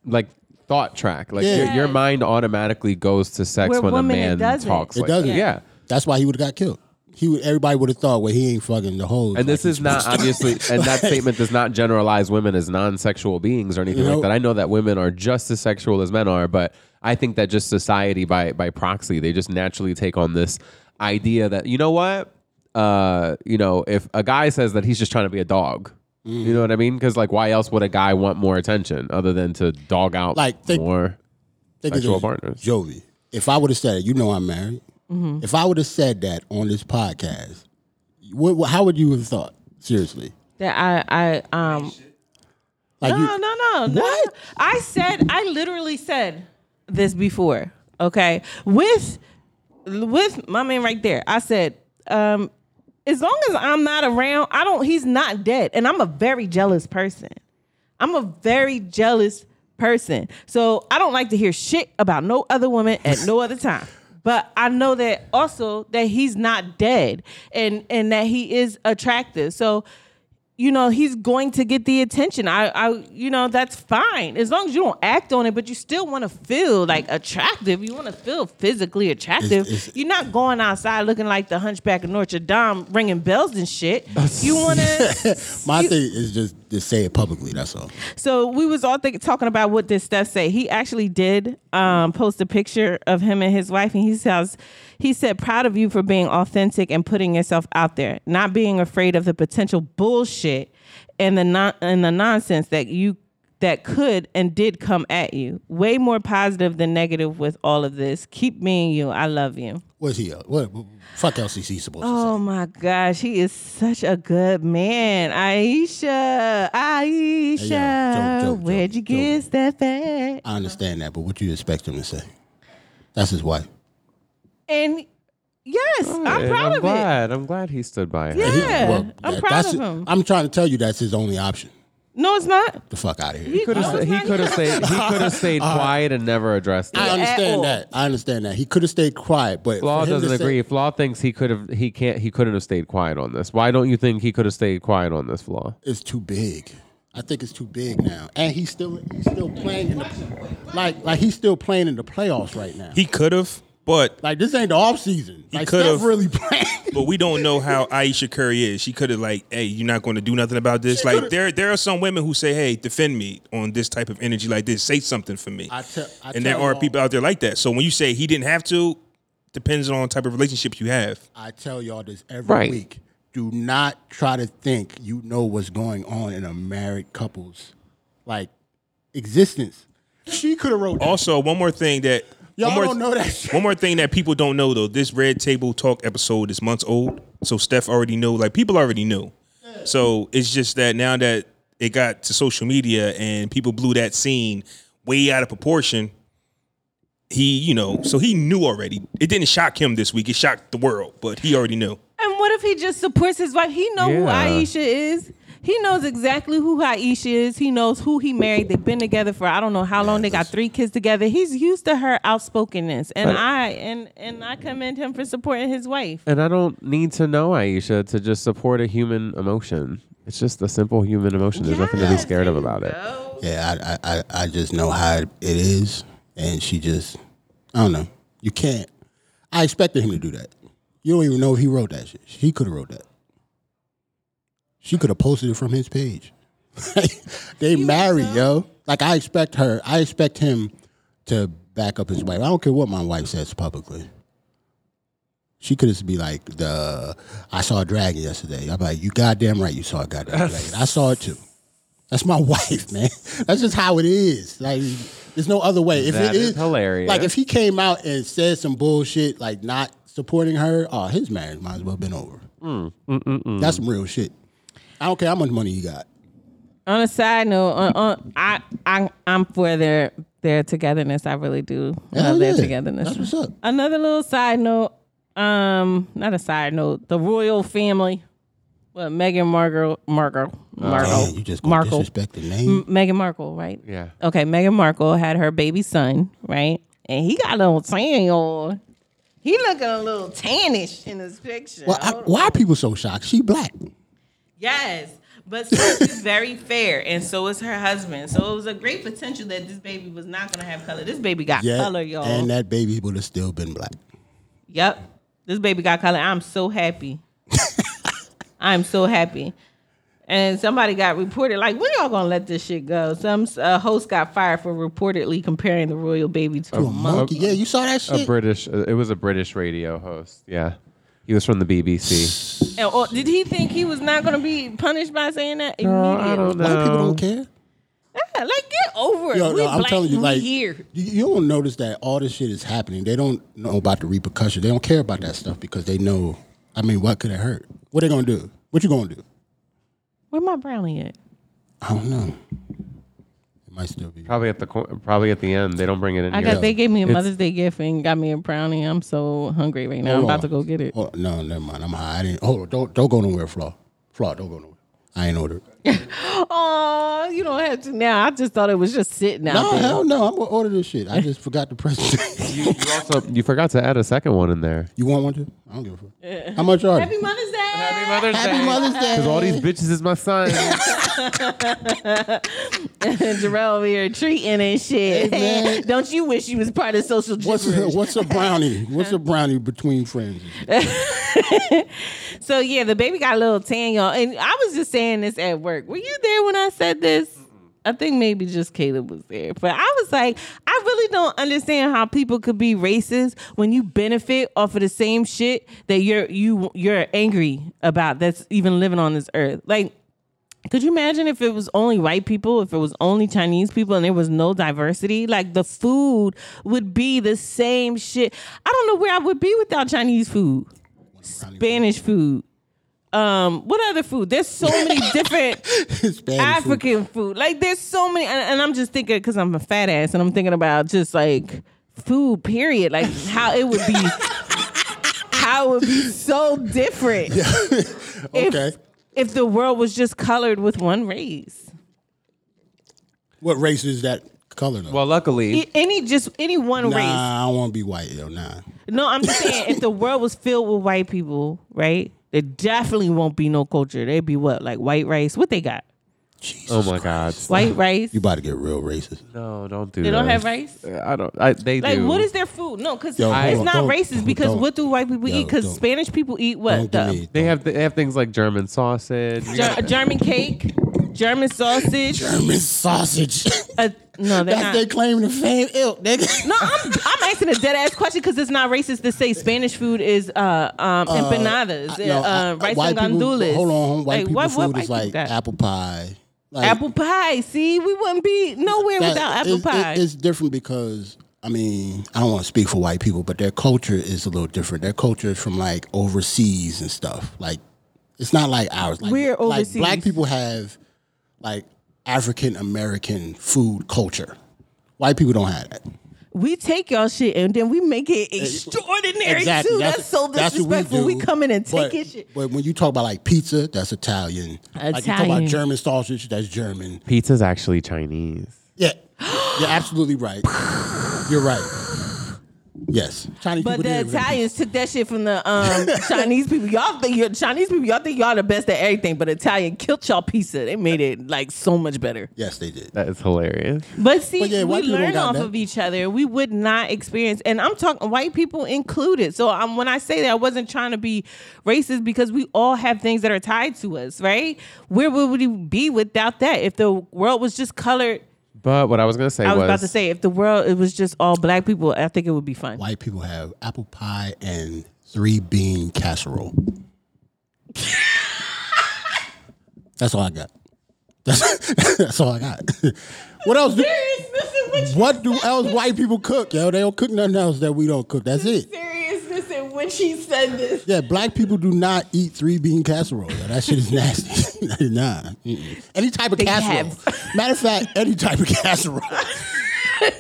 [SPEAKER 3] like thought track. Like
[SPEAKER 1] Yeah.
[SPEAKER 3] your, your mind automatically goes to sex
[SPEAKER 2] Where
[SPEAKER 3] when a
[SPEAKER 2] women, it
[SPEAKER 3] man
[SPEAKER 2] doesn't.
[SPEAKER 3] talks
[SPEAKER 1] It
[SPEAKER 3] like
[SPEAKER 1] doesn't.
[SPEAKER 3] that. Yeah.
[SPEAKER 1] That's why he would have got killed. He would, everybody would have thought, well, he ain't fucking the whole.
[SPEAKER 3] And this is not obviously, and that statement does not generalize women as non-sexual beings or anything
[SPEAKER 1] You
[SPEAKER 3] like
[SPEAKER 1] know-
[SPEAKER 3] that. I know that women are just as sexual as men are, but I think that just society by by proxy, they just naturally take on this idea that you know what, uh, you know, if a guy says that he's just trying to be a dog, you
[SPEAKER 1] Mm.
[SPEAKER 3] know what I mean? Because like, why else would a guy want more attention other than to dog out
[SPEAKER 1] Like, think-
[SPEAKER 3] more?
[SPEAKER 1] Think of
[SPEAKER 3] Sexual
[SPEAKER 1] this,
[SPEAKER 3] partners.
[SPEAKER 1] Jovi. If I would have said, you know, I'm married.
[SPEAKER 2] Mm-hmm.
[SPEAKER 1] If I would have said that on this podcast, what, what, how would you have thought? Seriously,
[SPEAKER 2] that. I. I. Um.
[SPEAKER 1] like
[SPEAKER 2] No, no, no, no.
[SPEAKER 1] What?
[SPEAKER 2] I said, I literally said this before. Okay, with with my man right there. I said, um, as long as I'm not around, I don't. He's not dead, and I'm a very jealous person. I'm a very jealous person, so I don't like to hear shit about no other woman at no other time. But I know that also that he's not dead, and and that he is attractive. So you know he's going to get the attention i i you know that's fine as long as you don't act on it but you still want to feel like attractive you want to feel physically attractive
[SPEAKER 1] it's-
[SPEAKER 2] you're not going outside looking like the hunchback of notre dame ringing bells and shit you want to
[SPEAKER 1] My
[SPEAKER 2] You-
[SPEAKER 1] thing is just to say it publicly. That's all.
[SPEAKER 2] So we was all think, talking about what did Steph say. He actually did um, post a picture of him and his wife, and he says, he said, "Proud of you for being authentic and putting yourself out there, not being afraid of the potential bullshit and the non- and the nonsense that you that could and did come at you. Way more positive than negative with all of this. Keep being you. I love you."
[SPEAKER 1] What's he? uh, What? Fuck LCC supposed
[SPEAKER 2] Oh my gosh, he is such a good man. Aisha, Aisha,
[SPEAKER 1] Yeah, joke, joke,
[SPEAKER 2] where'd
[SPEAKER 1] joke,
[SPEAKER 2] you get Steph at?
[SPEAKER 1] to say? I understand that, but what do you expect him to say? That's his wife.
[SPEAKER 2] And yes, I'm
[SPEAKER 3] Oh, And
[SPEAKER 2] proud
[SPEAKER 3] I'm
[SPEAKER 2] of it.
[SPEAKER 3] glad. I'm glad he stood by her.
[SPEAKER 2] Yeah, I'm
[SPEAKER 1] that-
[SPEAKER 2] proud
[SPEAKER 1] that's
[SPEAKER 2] of
[SPEAKER 1] it.
[SPEAKER 2] him.
[SPEAKER 1] I'm trying to tell you that's his only option.
[SPEAKER 2] no, it's not.
[SPEAKER 1] The fuck out of here.
[SPEAKER 2] He
[SPEAKER 3] Could
[SPEAKER 2] no,
[SPEAKER 3] have.
[SPEAKER 2] it's
[SPEAKER 3] He
[SPEAKER 2] not.
[SPEAKER 3] could have stayed. He could have stayed quiet and never addressed
[SPEAKER 1] I
[SPEAKER 3] it.
[SPEAKER 1] understand
[SPEAKER 2] all.
[SPEAKER 1] that. I understand that. He could have stayed quiet, but
[SPEAKER 3] Flaw
[SPEAKER 1] for him to
[SPEAKER 3] doesn't
[SPEAKER 1] say-
[SPEAKER 3] agree. Flaw thinks he could have. He can't. He couldn't have stayed quiet on this. Why don't you think he could have stayed quiet on this, Flaw?
[SPEAKER 1] It's too big. I think it's too big now, and he's still he's still playing in the like like he's still playing in the playoffs right now.
[SPEAKER 4] He could have, but
[SPEAKER 1] Like this ain't the off season. Like
[SPEAKER 4] could've.
[SPEAKER 1] Steph really playing.
[SPEAKER 4] but we don't know how Aisha Curry is. She could have like, hey, you're not going to do nothing about this. Like there, there are some women who say, hey, defend me on this type of energy like this. Say something for me.
[SPEAKER 1] I tell- I
[SPEAKER 4] and there
[SPEAKER 1] tell
[SPEAKER 4] are
[SPEAKER 1] y'all-
[SPEAKER 4] people out there like that. So when you say he didn't have to, depends on the type of relationships you have.
[SPEAKER 1] I tell y'all this every
[SPEAKER 3] Right.
[SPEAKER 1] week. Do not try to think you know what's going on in a married couple's like existence. She could have wrote that.
[SPEAKER 4] Also, one more thing that
[SPEAKER 1] Y'all
[SPEAKER 4] one more,
[SPEAKER 1] don't know that shit.
[SPEAKER 4] One more thing that people don't know though. This Red Table Talk episode is months old, so Steph already know. Like people already knew. So it's just that now that it got to social media and people blew that scene way out of proportion. He, you know, so he knew already. It didn't shock him this week. It shocked the world, but he already knew.
[SPEAKER 2] And what if he just supports his wife? He know who
[SPEAKER 3] Yeah.
[SPEAKER 2] Aisha is. He knows exactly who Aisha is. He knows who he married. They've been together for I don't know how long. They got three kids together. He's used to her outspokenness, and I and and I commend him for supporting his wife.
[SPEAKER 3] And I don't need to know Aisha to just support a human emotion. It's just a simple human emotion. There's nothing to be scared of about it.
[SPEAKER 1] Yeah, I, I, I, I just know how it is, and she just, I don't know. You can't. I expected him to do that. You don't even know if he wrote that shit. He could have wrote that. She could have posted it from his page. they married, yo. Like I expect her. I expect him to back up his wife. I don't care what my wife says publicly. She could just be like, "The I saw a dragon yesterday." I'm like, "You goddamn right, you saw a goddamn dragon. I saw it too." That's my wife, man. That's just how it is. Like, there's no other way. If
[SPEAKER 3] That
[SPEAKER 1] it
[SPEAKER 3] is
[SPEAKER 1] is,
[SPEAKER 3] hilarious.
[SPEAKER 1] Like, if he came out and said some bullshit, like not supporting her, oh, his marriage might as well have been over.
[SPEAKER 3] Mm,
[SPEAKER 1] That's some real shit. I don't care how much money you got.
[SPEAKER 2] On a side note, on, on, I I I'm for their their togetherness. I really do
[SPEAKER 1] Hell
[SPEAKER 2] love their
[SPEAKER 1] yeah.
[SPEAKER 2] togetherness.
[SPEAKER 1] That's what's up.
[SPEAKER 2] Another little side note, um, not a side note, the royal family, but Meghan Markle, Markle,
[SPEAKER 1] Oh.
[SPEAKER 2] Markle,
[SPEAKER 1] Man, you just gonna
[SPEAKER 2] Markle,
[SPEAKER 1] disrespect the name.
[SPEAKER 2] Meghan Markle, right?
[SPEAKER 3] Yeah.
[SPEAKER 2] Okay, Meghan Markle had her baby son, right? And he got a little tan on. He looking a little tannish in this picture.
[SPEAKER 1] Well, I, why are people so shocked? She black.
[SPEAKER 2] Yes, but Steph is very fair, and so is her husband. So it was a great potential that this baby was not gonna have color. This baby got
[SPEAKER 1] Yeah,
[SPEAKER 2] color, y'all.
[SPEAKER 1] and that baby would have still been black.
[SPEAKER 2] Yep. This baby got color. I'm so happy. I'm so happy. And somebody got reported like, when y'all gonna let this shit go? Some uh, host got fired for reportedly comparing the royal baby to a
[SPEAKER 1] A
[SPEAKER 2] monkey.
[SPEAKER 1] monkey. Yeah, you saw that
[SPEAKER 3] A
[SPEAKER 1] shit.
[SPEAKER 3] British. uh, It was a British radio host. Yeah, he was from the BBC.
[SPEAKER 2] And, or, did he think he was not gonna be punished by saying that?
[SPEAKER 3] Girl,
[SPEAKER 2] immediately?
[SPEAKER 3] I don't know.
[SPEAKER 1] White people don't care.
[SPEAKER 2] Yeah, like get over it.
[SPEAKER 1] Yo,
[SPEAKER 2] we
[SPEAKER 1] no, I'm
[SPEAKER 2] black,
[SPEAKER 1] telling you,
[SPEAKER 2] we
[SPEAKER 1] like
[SPEAKER 2] here.
[SPEAKER 1] You, you don't notice that all this shit is happening. They don't know about the repercussion. They don't care about that stuff because they know. I mean, what could it hurt? What they gonna do? What you gonna do?
[SPEAKER 2] Where my brownie at?
[SPEAKER 1] I don't know. It might still be.
[SPEAKER 3] Probably at the cor- probably at the end. They don't bring it in.
[SPEAKER 2] I
[SPEAKER 3] here.
[SPEAKER 2] got they gave me a Mother's Day gift and got me a brownie. I'm so hungry right now. I'm
[SPEAKER 1] Hold
[SPEAKER 2] about
[SPEAKER 1] on.
[SPEAKER 2] to go get it.
[SPEAKER 1] Hold, no, never mind. I'm high. I didn't. Hold on. Don't don't go nowhere, Flaw. Flaw, don't go nowhere. I ain't ordered.
[SPEAKER 2] Oh, you don't have to now. I just thought it was just sitting out
[SPEAKER 1] No,
[SPEAKER 2] there.
[SPEAKER 1] Ah, hell no. I'm gonna order this shit. I just forgot to press. it.
[SPEAKER 3] You, you also you forgot to add a second one in there.
[SPEAKER 1] you want one too? I don't give a fuck. How much are
[SPEAKER 2] Happy
[SPEAKER 1] you?
[SPEAKER 2] Mother's Day.
[SPEAKER 3] Mother's
[SPEAKER 1] Happy Mother's Day.
[SPEAKER 3] Because all these bitches is my son.
[SPEAKER 2] Jarrell over here treating and shit.
[SPEAKER 1] man.
[SPEAKER 2] Don't you wish you was part of social
[SPEAKER 1] What's a,
[SPEAKER 2] gibberish?
[SPEAKER 1] what's a brownie? What's a brownie between friends?
[SPEAKER 2] So yeah, the baby got a little tan, y'all. And I was just saying this at work. Were you there when I said this? I think maybe just Caleb was there. But I was like, I really don't understand how people could be racist when you benefit off of the same shit that you're you you're angry about that's even living on this earth. Like could you imagine if it was only white people, if it was only Chinese people and there was no diversity? Like the food would be the same shit. I don't know where I would be without Chinese food. Spanish food. Um, what other food? There's so many different
[SPEAKER 1] Spanish food.
[SPEAKER 2] African food. Like there's so many, and, and I'm just thinking because I'm a fat ass, and I'm thinking about just like food, period. Like how it would be, how it would be so different if
[SPEAKER 1] Okay.
[SPEAKER 2] if the world was just colored with one race.
[SPEAKER 1] What race is that color though?
[SPEAKER 3] Well, luckily,
[SPEAKER 2] I- Any just any one
[SPEAKER 1] nah,
[SPEAKER 2] race.
[SPEAKER 1] I don't want to be white though. Nah.
[SPEAKER 2] No, I'm just saying if the world was filled with white people, right? There definitely won't be no culture. There'd be what like white rice. What they got?
[SPEAKER 1] Jesus.
[SPEAKER 3] oh my god,
[SPEAKER 2] White rice.
[SPEAKER 1] You about to get real racist.
[SPEAKER 3] no, don't do.
[SPEAKER 2] They don't
[SPEAKER 3] this.
[SPEAKER 2] have rice?
[SPEAKER 3] I don't. I, they
[SPEAKER 2] Like,
[SPEAKER 3] do.
[SPEAKER 2] what is their food? No, because
[SPEAKER 1] Yo,
[SPEAKER 2] it's
[SPEAKER 1] hold
[SPEAKER 2] not
[SPEAKER 1] on, don't-
[SPEAKER 2] racist. Because
[SPEAKER 1] don't.
[SPEAKER 2] what do white people
[SPEAKER 1] Yo,
[SPEAKER 2] eat? Because
[SPEAKER 1] don't.
[SPEAKER 2] Spanish people eat
[SPEAKER 1] Don't
[SPEAKER 2] what
[SPEAKER 1] give
[SPEAKER 2] the
[SPEAKER 1] me-
[SPEAKER 3] They have. They have things like German sausage.
[SPEAKER 2] Ger- German cake, German sausage.
[SPEAKER 1] German sausage.
[SPEAKER 2] uh, no, they're
[SPEAKER 1] That's
[SPEAKER 2] not.
[SPEAKER 1] they claim to fame ilk, nigga.
[SPEAKER 2] no, I'm, I'm asking a dead ass question because it's not racist to say Spanish food is uh, um, empanadas,
[SPEAKER 1] I- no,
[SPEAKER 2] uh,
[SPEAKER 1] I-
[SPEAKER 2] uh, rice
[SPEAKER 1] white
[SPEAKER 2] and gandules.
[SPEAKER 1] People, hold on, white
[SPEAKER 2] Like,
[SPEAKER 1] people
[SPEAKER 2] what-
[SPEAKER 1] food
[SPEAKER 2] what
[SPEAKER 1] is
[SPEAKER 2] white people
[SPEAKER 1] like
[SPEAKER 2] got?
[SPEAKER 1] apple pie. Like,
[SPEAKER 2] apple pie. See, we wouldn't be nowhere
[SPEAKER 1] that-
[SPEAKER 2] without
[SPEAKER 1] it-
[SPEAKER 2] apple
[SPEAKER 1] it-
[SPEAKER 2] pie.
[SPEAKER 1] it's different because I mean I don't want to speak for white people, but their culture is a little different. Their culture is from like overseas and stuff. Like it's not like ours. Like,
[SPEAKER 2] We're
[SPEAKER 1] like,
[SPEAKER 2] overseas.
[SPEAKER 1] black people have like African American food culture. White people don't have that.
[SPEAKER 2] we take y'all shit and then we make it extraordinary too. That's, so disrespectful. we, come in and take
[SPEAKER 1] but,
[SPEAKER 2] your shit.
[SPEAKER 1] But when you talk about like pizza, that's Italian. Like you talk about
[SPEAKER 2] Italian.
[SPEAKER 1] German sausage, that's German.
[SPEAKER 3] Pizza's actually Chinese.
[SPEAKER 1] Yeah, you're absolutely right. You're right. Yes, Chinese
[SPEAKER 2] But
[SPEAKER 1] people
[SPEAKER 2] the
[SPEAKER 1] did invent
[SPEAKER 2] Italians took that shit from the um, Chinese people. Y'all think you Chinese people. Y'all think y'all the best at everything, but Italian killed y'all pizza. They made it like so much better.
[SPEAKER 1] Yes, they did.
[SPEAKER 3] That is hilarious.
[SPEAKER 2] But see,
[SPEAKER 1] But yeah,
[SPEAKER 2] we
[SPEAKER 1] white people don't
[SPEAKER 2] learn
[SPEAKER 1] got
[SPEAKER 2] off
[SPEAKER 1] that.
[SPEAKER 2] of each other. We would not experience, and I'm talking white people included. So um, when I say that, I wasn't trying to be racist because we all have things that are tied to us, right? Where would we be without that? If the world was just colored,
[SPEAKER 3] But what I was gonna say
[SPEAKER 2] I was about to say, if the world it was just all black people, I think it would be fun.
[SPEAKER 1] White people have apple pie and three bean casserole. that's all I got. That's, that's all I got. what else? Do,
[SPEAKER 2] Seriousness in what you-
[SPEAKER 1] what do else white people cook? Yo, they don't cook nothing else that we don't cook. That's it.
[SPEAKER 2] seriousness in when she said this.
[SPEAKER 1] Yeah, black people do not eat three bean casserole. Yo. That shit is nasty. nah, mm-mm. any type of
[SPEAKER 2] They
[SPEAKER 1] casserole. Matter of fact, any type of casserole.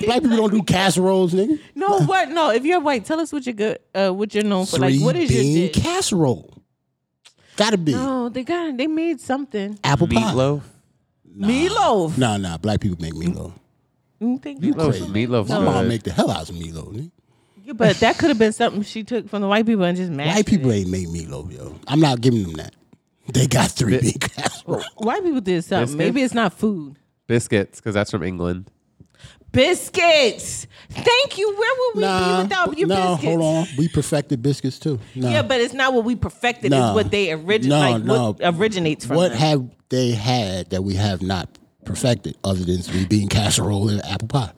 [SPEAKER 1] black people don't do casseroles, nigga.
[SPEAKER 2] No, what? No, if you're white, tell us what you're good. Uh, what you're known for.
[SPEAKER 1] Three
[SPEAKER 2] Like, what is your
[SPEAKER 1] bean
[SPEAKER 2] dish?
[SPEAKER 1] casserole? Gotta be
[SPEAKER 2] no, they got. They made something.
[SPEAKER 1] apple pie.
[SPEAKER 3] meatloaf.
[SPEAKER 2] Meatloaf. Mm,
[SPEAKER 1] Nah, nah. Black people make meatloaf.
[SPEAKER 2] You think-
[SPEAKER 3] Meatloaf. Meatloaf's
[SPEAKER 1] My mom
[SPEAKER 3] good.
[SPEAKER 1] make the hell out of some meatloaf. Nigga.
[SPEAKER 2] Yeah, but that could have been something she took from the white people and just mashed.
[SPEAKER 1] White people
[SPEAKER 2] It.
[SPEAKER 1] ain't make meatloaf, yo. I'm not giving them that. They got three bean casserole.
[SPEAKER 2] White people did something.
[SPEAKER 3] Biscuits?
[SPEAKER 2] Maybe it's not food.
[SPEAKER 3] biscuits because that's from England.
[SPEAKER 2] Biscuits. Thank you. Where would we be
[SPEAKER 1] Nah,
[SPEAKER 2] without your
[SPEAKER 1] nah,
[SPEAKER 2] biscuits?
[SPEAKER 1] hold on. We perfected biscuits too. Nah.
[SPEAKER 2] Yeah, but it's not what we perfected.
[SPEAKER 1] Nah.
[SPEAKER 2] It's what they origin
[SPEAKER 1] No,
[SPEAKER 2] like
[SPEAKER 1] no.
[SPEAKER 2] what originates from.
[SPEAKER 1] what
[SPEAKER 2] them.
[SPEAKER 1] have they had that we have not perfected other than three bean casserole and apple pie?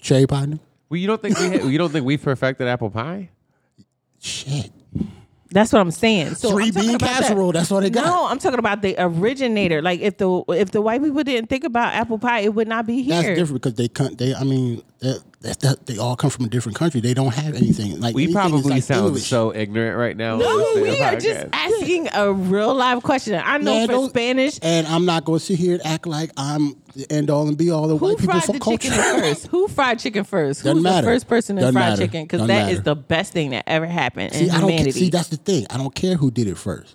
[SPEAKER 1] Cherry pie? nigga?
[SPEAKER 3] Well, you don't think we ha- you don't think we perfected apple pie?
[SPEAKER 1] Shit.
[SPEAKER 2] That's what I'm saying. So
[SPEAKER 1] Three
[SPEAKER 2] I'm talking
[SPEAKER 1] bean
[SPEAKER 2] about that.
[SPEAKER 1] casserole, that's all they got.
[SPEAKER 2] No, I'm talking about the originator. Like if the if the white people didn't think about apple pie, it would not be here.
[SPEAKER 1] That's different because they come. They, I mean, that, that, that, they all come from a different country. They don't have anything like.
[SPEAKER 3] We
[SPEAKER 1] anything is,
[SPEAKER 3] probably
[SPEAKER 1] like
[SPEAKER 3] sound
[SPEAKER 1] English.
[SPEAKER 3] so ignorant right now.
[SPEAKER 2] No,
[SPEAKER 3] listening to
[SPEAKER 2] we
[SPEAKER 3] the
[SPEAKER 2] are just
[SPEAKER 3] podcast.
[SPEAKER 2] asking a real live question. I know
[SPEAKER 1] Man,
[SPEAKER 2] for
[SPEAKER 1] don't-
[SPEAKER 2] Spanish,
[SPEAKER 1] And I'm not going to sit here and act like I'm the end all and be all of
[SPEAKER 2] who
[SPEAKER 1] white people
[SPEAKER 2] fried
[SPEAKER 1] for
[SPEAKER 2] the
[SPEAKER 1] culture.
[SPEAKER 2] chicken first? Who fried chicken first? Who's
[SPEAKER 1] Doesn't matter.
[SPEAKER 2] the first person to
[SPEAKER 1] Doesn't
[SPEAKER 2] fry
[SPEAKER 1] matter.
[SPEAKER 2] chicken? Because
[SPEAKER 1] Doesn't
[SPEAKER 2] that is
[SPEAKER 1] matter.
[SPEAKER 2] the best thing that ever happened
[SPEAKER 1] see,
[SPEAKER 2] in
[SPEAKER 1] I don't
[SPEAKER 2] humanity.
[SPEAKER 1] ca- see. That's the thing. I don't care who did it first.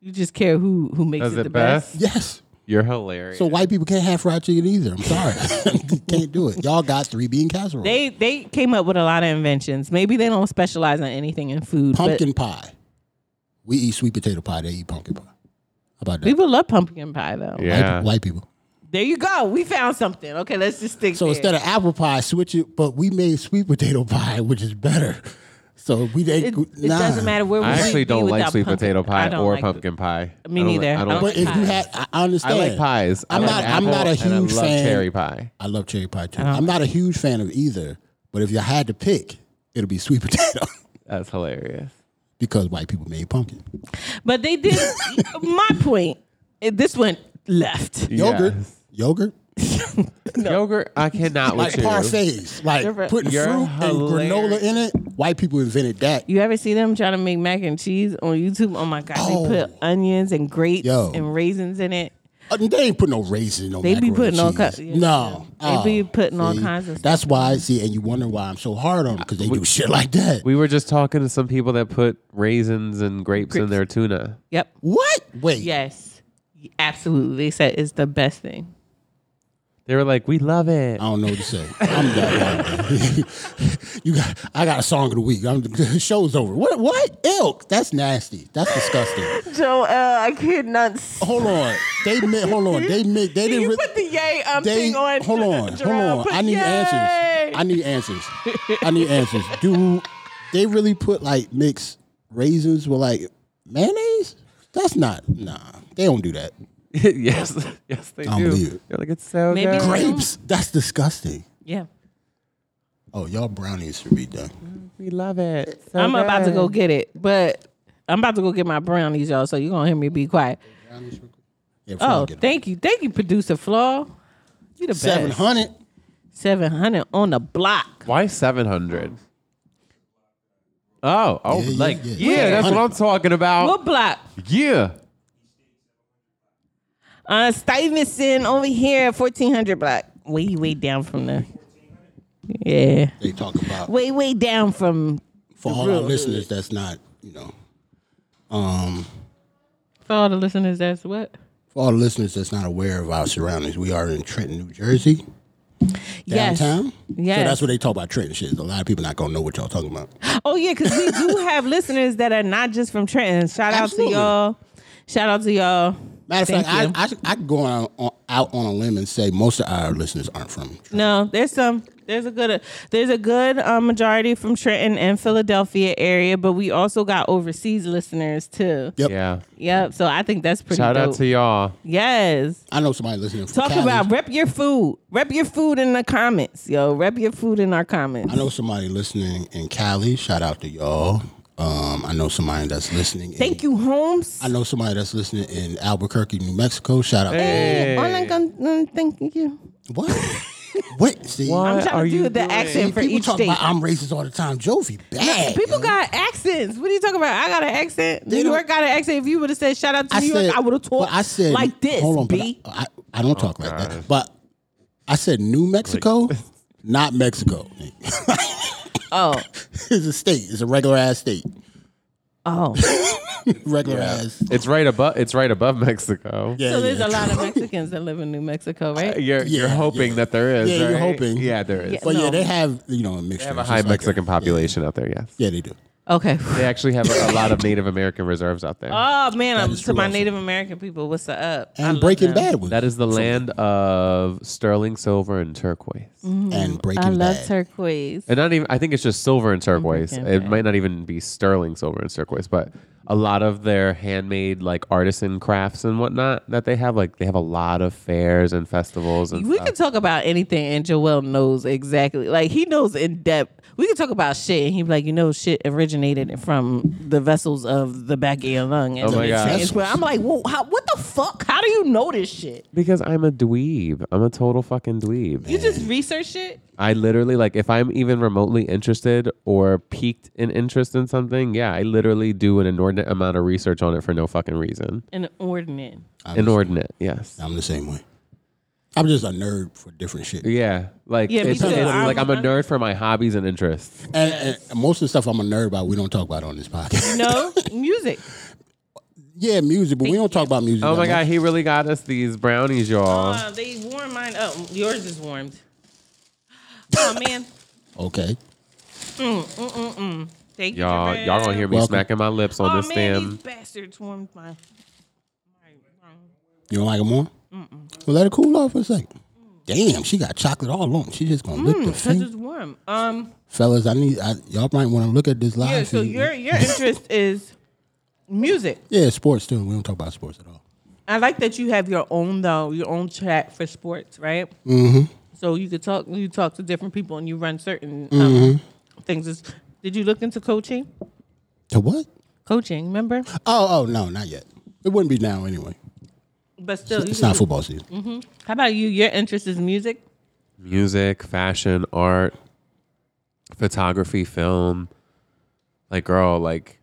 [SPEAKER 2] you just care who who makes
[SPEAKER 3] Does
[SPEAKER 2] it
[SPEAKER 3] it
[SPEAKER 2] the best.
[SPEAKER 3] best?
[SPEAKER 1] Yes.
[SPEAKER 3] You're hilarious.
[SPEAKER 1] So white people can't have fried chicken either. I'm sorry, can't do it. Y'all got three bean casserole,
[SPEAKER 2] They they came up with a lot of inventions. Maybe they don't specialize in anything in food. but
[SPEAKER 1] pumpkin pie. We eat sweet potato pie. They eat pumpkin pie. How about that?
[SPEAKER 2] people love pumpkin pie though.
[SPEAKER 1] White,
[SPEAKER 3] yeah.
[SPEAKER 1] white people.
[SPEAKER 2] There you go. We found something. Okay, let's just stick.
[SPEAKER 1] So
[SPEAKER 2] there.
[SPEAKER 1] instead of apple pie, switch it. But we made sweet potato pie, which is better. So we ate.
[SPEAKER 2] it, it
[SPEAKER 1] nah.
[SPEAKER 2] doesn't matter where we
[SPEAKER 3] I
[SPEAKER 2] would
[SPEAKER 3] actually
[SPEAKER 2] be
[SPEAKER 3] don't like
[SPEAKER 2] without
[SPEAKER 3] sweet
[SPEAKER 2] pumpkin.
[SPEAKER 3] potato
[SPEAKER 2] I
[SPEAKER 3] pie
[SPEAKER 2] don't
[SPEAKER 3] or
[SPEAKER 2] like-
[SPEAKER 3] pumpkin pie.
[SPEAKER 2] Me
[SPEAKER 3] I don't
[SPEAKER 2] neither.
[SPEAKER 3] Like, I don't.
[SPEAKER 2] I don't
[SPEAKER 1] But
[SPEAKER 3] like,
[SPEAKER 1] if you
[SPEAKER 2] pies.
[SPEAKER 1] had, I- I
[SPEAKER 3] I
[SPEAKER 1] understand.
[SPEAKER 3] like pies. I
[SPEAKER 1] I'm
[SPEAKER 3] like
[SPEAKER 1] not- I'm not a
[SPEAKER 3] apple and
[SPEAKER 1] huge
[SPEAKER 3] I love
[SPEAKER 1] fan.
[SPEAKER 3] Cherry pie.
[SPEAKER 1] I love cherry pie
[SPEAKER 2] Uh-huh.
[SPEAKER 1] too. I'm not a huge fan of either. But if you had to pick, it'll be sweet potato
[SPEAKER 3] That's hilarious.
[SPEAKER 1] because white people made pumpkin.
[SPEAKER 2] But they did. my point. eh, This went left.
[SPEAKER 1] Yogurt,
[SPEAKER 3] Yes.
[SPEAKER 1] yogurt,
[SPEAKER 3] Yogurt. I cannot
[SPEAKER 1] like
[SPEAKER 3] with you.
[SPEAKER 1] parfaits, like
[SPEAKER 2] Different.
[SPEAKER 1] putting
[SPEAKER 3] You're
[SPEAKER 1] fruit and granola
[SPEAKER 3] hilarious.
[SPEAKER 1] in it. White people invented that.
[SPEAKER 2] You ever see them trying to make mac and cheese on YouTube? Oh my god!
[SPEAKER 1] Oh.
[SPEAKER 2] They put onions and grapes
[SPEAKER 1] Yo.
[SPEAKER 2] and raisins in it.
[SPEAKER 1] Uh, They ain't putting no raisin in no.
[SPEAKER 2] They be
[SPEAKER 1] macaroni
[SPEAKER 2] putting all
[SPEAKER 1] cheese.
[SPEAKER 2] ki- yeah,
[SPEAKER 1] No, Uh,
[SPEAKER 2] yeah. They be putting all
[SPEAKER 1] see?
[SPEAKER 2] kinds of stuff.
[SPEAKER 1] That's why. See, and you wonder why I'm so hard on them because they do shit like that.
[SPEAKER 3] We were just talking to some people that put raisins and grapes, in their tuna.
[SPEAKER 2] Yep.
[SPEAKER 1] What? Wait.
[SPEAKER 2] Yes. Absolutely. They said it's the best thing.
[SPEAKER 3] They were like, "We love it."
[SPEAKER 1] I don't know what to say. I'm done. you got. I got a song of the week. I'm, the show's over. What? What? Ilk. That's nasty. That's disgusting.
[SPEAKER 2] Joel, I could not.
[SPEAKER 1] hold on. They mi- Hold on. They mi- They Oh, didn't.
[SPEAKER 2] You
[SPEAKER 1] re-
[SPEAKER 2] put the yay um
[SPEAKER 1] they
[SPEAKER 2] thing on.
[SPEAKER 1] hold on. Hold
[SPEAKER 2] Jarrell,
[SPEAKER 1] on.
[SPEAKER 2] put
[SPEAKER 1] I need
[SPEAKER 2] yay.
[SPEAKER 1] answers. I need answers. I need answers. Do they really put like mixed raisins with like mayonnaise? That's not. Nah. They don't do that.
[SPEAKER 3] yes, yes, they
[SPEAKER 1] I don't
[SPEAKER 3] do.
[SPEAKER 1] believe it.
[SPEAKER 3] They're like, "It's so
[SPEAKER 2] Maybe-
[SPEAKER 3] good."
[SPEAKER 1] Grapes.
[SPEAKER 2] Mm-hmm.
[SPEAKER 1] That's disgusting.
[SPEAKER 2] yeah.
[SPEAKER 1] Oh, y'all brownies should be done.
[SPEAKER 3] We love it. So
[SPEAKER 2] I'm about to
[SPEAKER 3] good.
[SPEAKER 2] go get it, but I'm about to go get my brownies, y'all. So you're gonna hear me be quiet.
[SPEAKER 1] Yeah,
[SPEAKER 2] Oh, thank you, thank you, producer Flaw. You the
[SPEAKER 1] Seven
[SPEAKER 2] best.
[SPEAKER 1] hundred.
[SPEAKER 2] Seven hundred on the block.
[SPEAKER 3] Why 700? Oh, oh,
[SPEAKER 1] yeah,
[SPEAKER 3] like,
[SPEAKER 1] yeah.
[SPEAKER 3] yeah, that's what I'm talking
[SPEAKER 1] Oh.
[SPEAKER 3] about.
[SPEAKER 2] What block?
[SPEAKER 3] Yeah.
[SPEAKER 2] Uh, Stevenson over here, fourteen hundred block. Way way down from the. Yeah,
[SPEAKER 1] They talk about
[SPEAKER 2] way way down from
[SPEAKER 1] for all our listeners. That's not you know. Um,
[SPEAKER 2] for all the listeners. That's what.
[SPEAKER 1] for all the listeners that's not aware of our surroundings, we are in Trenton, New Jersey,
[SPEAKER 2] Yes.
[SPEAKER 1] downtown.
[SPEAKER 2] Yes.
[SPEAKER 1] So that's what they talk about Trenton shit. A lot of people not gonna know what y'all talking about.
[SPEAKER 2] Oh yeah, because we do have listeners that are not just from Trenton. Shout out
[SPEAKER 1] Absolutely.
[SPEAKER 2] to y'all. Shout out to y'all.
[SPEAKER 1] Matter of
[SPEAKER 2] Thank
[SPEAKER 1] fact, I, I I could go on, on out on a limb and say most of our listeners aren't from. Trenton.
[SPEAKER 2] No, there's some. There's a good. There's a good um, majority from Trenton and Philadelphia area, but we also got overseas listeners too.
[SPEAKER 1] Yep.
[SPEAKER 3] Yeah.
[SPEAKER 2] Yep. So I think that's pretty.
[SPEAKER 3] Shout out
[SPEAKER 2] dope.
[SPEAKER 3] to y'all.
[SPEAKER 2] Yes.
[SPEAKER 1] I know somebody listening from
[SPEAKER 2] Talk
[SPEAKER 1] Cali.
[SPEAKER 2] about rep your food. Rep your food in the comments, yo. Rep your food in our comments.
[SPEAKER 1] I know somebody listening in Cali. Shout out to y'all. Um, I know somebody that's listening. in
[SPEAKER 2] Thank you, Holmes.
[SPEAKER 1] I know somebody that's listening in Albuquerque, New Mexico. Shout out.
[SPEAKER 2] Hey, all I'm gonna- uh, thank you.
[SPEAKER 1] To, what? what? See,
[SPEAKER 3] What
[SPEAKER 2] I'm trying
[SPEAKER 3] are
[SPEAKER 2] to do
[SPEAKER 3] you
[SPEAKER 2] the
[SPEAKER 3] doing?
[SPEAKER 2] accent for
[SPEAKER 1] people
[SPEAKER 2] each
[SPEAKER 1] talk
[SPEAKER 2] state.
[SPEAKER 1] about I'm racist all the time. Jovi, bad.
[SPEAKER 2] People
[SPEAKER 1] yo.
[SPEAKER 2] got accents. What are you talking about? I got an accent. New
[SPEAKER 1] don't-
[SPEAKER 2] York got an accent. If you would have said shout out to
[SPEAKER 1] I
[SPEAKER 2] New
[SPEAKER 1] said,
[SPEAKER 2] York, I would have
[SPEAKER 1] but
[SPEAKER 2] talked
[SPEAKER 1] I said,
[SPEAKER 2] like this.
[SPEAKER 1] Hold on, but
[SPEAKER 2] B.
[SPEAKER 1] I, I, I don't talk like that. But I said New Mexico, not Mexico.
[SPEAKER 2] Oh,
[SPEAKER 1] it's a state. It's a regular ass state.
[SPEAKER 2] oh.
[SPEAKER 1] Regular ass.
[SPEAKER 3] It's right above it's right above Mexico.
[SPEAKER 1] Yeah,
[SPEAKER 2] So there's
[SPEAKER 1] yeah.
[SPEAKER 2] a lot of Mexicans that live in New Mexico, right?
[SPEAKER 3] You're you're
[SPEAKER 1] Yeah,
[SPEAKER 3] hoping
[SPEAKER 1] yeah.
[SPEAKER 3] that there is.
[SPEAKER 1] Yeah, you're
[SPEAKER 3] right?
[SPEAKER 1] hoping.
[SPEAKER 3] Yeah, there is.
[SPEAKER 2] Yeah.
[SPEAKER 1] But yeah,
[SPEAKER 2] No.
[SPEAKER 1] they have you know a mixture.
[SPEAKER 3] They have a
[SPEAKER 1] It's
[SPEAKER 3] high
[SPEAKER 1] just like
[SPEAKER 3] Mexican
[SPEAKER 1] a-
[SPEAKER 3] population out there, yes.
[SPEAKER 1] Yeah, they do.
[SPEAKER 2] Okay.
[SPEAKER 3] They actually have a, a lot of Native American reserves out there.
[SPEAKER 2] Oh man, I'm,
[SPEAKER 1] is
[SPEAKER 2] to my
[SPEAKER 1] awesome.
[SPEAKER 2] Native American people, what's up? I
[SPEAKER 1] And
[SPEAKER 2] love
[SPEAKER 1] Breaking
[SPEAKER 2] them.
[SPEAKER 1] Bad was
[SPEAKER 3] that is the land of sterling silver and turquoise.
[SPEAKER 2] Mm-hmm.
[SPEAKER 1] and Breaking
[SPEAKER 2] I love
[SPEAKER 1] Bad.
[SPEAKER 2] turquoise.
[SPEAKER 3] And not even I think it's just silver and turquoise.
[SPEAKER 2] freaking
[SPEAKER 3] It
[SPEAKER 2] bad.
[SPEAKER 3] might not even be sterling silver and turquoise, but a lot of their handmade like artisan crafts and whatnot that they have, like they have a lot of fairs and festivals and
[SPEAKER 2] We
[SPEAKER 3] stuff.
[SPEAKER 2] can talk about anything, and Joel knows exactly. Like he knows in depth. We can talk about shit, and he'd be like, you know, shit originated from the vessels of the back of your lung. And
[SPEAKER 3] Oh my
[SPEAKER 2] it's
[SPEAKER 3] God.
[SPEAKER 2] transferred. I'm like, whoa, how, what the fuck? How do you know this shit?
[SPEAKER 3] because I'm a dweeb. I'm a total fucking dweeb.
[SPEAKER 2] You just research it.
[SPEAKER 3] I literally like if I'm even remotely interested or piqued in interest in something, yeah, I literally do an inordinate amount of research on it for no fucking reason.
[SPEAKER 2] An ordinate.
[SPEAKER 3] Inordinate, yes.
[SPEAKER 1] I'm the same way. I'm just a nerd for different shit.
[SPEAKER 3] Yeah, like
[SPEAKER 2] Yeah, me
[SPEAKER 3] it's
[SPEAKER 2] too.
[SPEAKER 3] literally
[SPEAKER 2] I'm
[SPEAKER 3] like I'm a
[SPEAKER 2] a-
[SPEAKER 3] nerd for my hobbies and interests.
[SPEAKER 1] And, and most of the stuff I'm a nerd about, we don't talk about on this podcast.
[SPEAKER 2] No music.
[SPEAKER 1] yeah, music, but we don't talk about music.
[SPEAKER 3] Oh
[SPEAKER 1] that
[SPEAKER 3] my
[SPEAKER 1] much.
[SPEAKER 3] god, he really got us these brownies, y'all.
[SPEAKER 2] Uh, they warm mine up. Yours is warmed. Oh man,
[SPEAKER 1] Okay.
[SPEAKER 2] thank you.
[SPEAKER 3] Y'all,
[SPEAKER 2] Jarrell.
[SPEAKER 3] y'all gonna hear me
[SPEAKER 1] Welcome.
[SPEAKER 3] smacking my lips on
[SPEAKER 2] Oh
[SPEAKER 3] this
[SPEAKER 2] man, these
[SPEAKER 3] damn.
[SPEAKER 2] bastards warmed my. my
[SPEAKER 1] You don't like them more? So let it cool off for a second. Damn, she got chocolate all on. She just gonna lick the
[SPEAKER 2] Because
[SPEAKER 1] finger.
[SPEAKER 2] Mm, it's warm. Um,
[SPEAKER 1] Fellas, I need I, y'all might want to look at this live.
[SPEAKER 2] yeah. So
[SPEAKER 1] feed.
[SPEAKER 2] your your interest is music.
[SPEAKER 1] yeah, sports too. We don't talk about sports at all.
[SPEAKER 2] I like that you have your own though, your own chat for sports, right? Mm-hmm. So you could talk, you talk to different people, and you run certain um,
[SPEAKER 1] Mm-hmm.
[SPEAKER 2] things. Is- Did you look into coaching?
[SPEAKER 1] To what?
[SPEAKER 2] Coaching, remember?
[SPEAKER 1] Oh, oh no, not yet. It wouldn't be now anyway.
[SPEAKER 2] But still, you Mm-hmm.
[SPEAKER 1] It's
[SPEAKER 2] could
[SPEAKER 1] not
[SPEAKER 2] do-
[SPEAKER 1] football season.
[SPEAKER 2] How about you? Your interest is music.
[SPEAKER 3] music, fashion, art, photography, film. Like, girl, like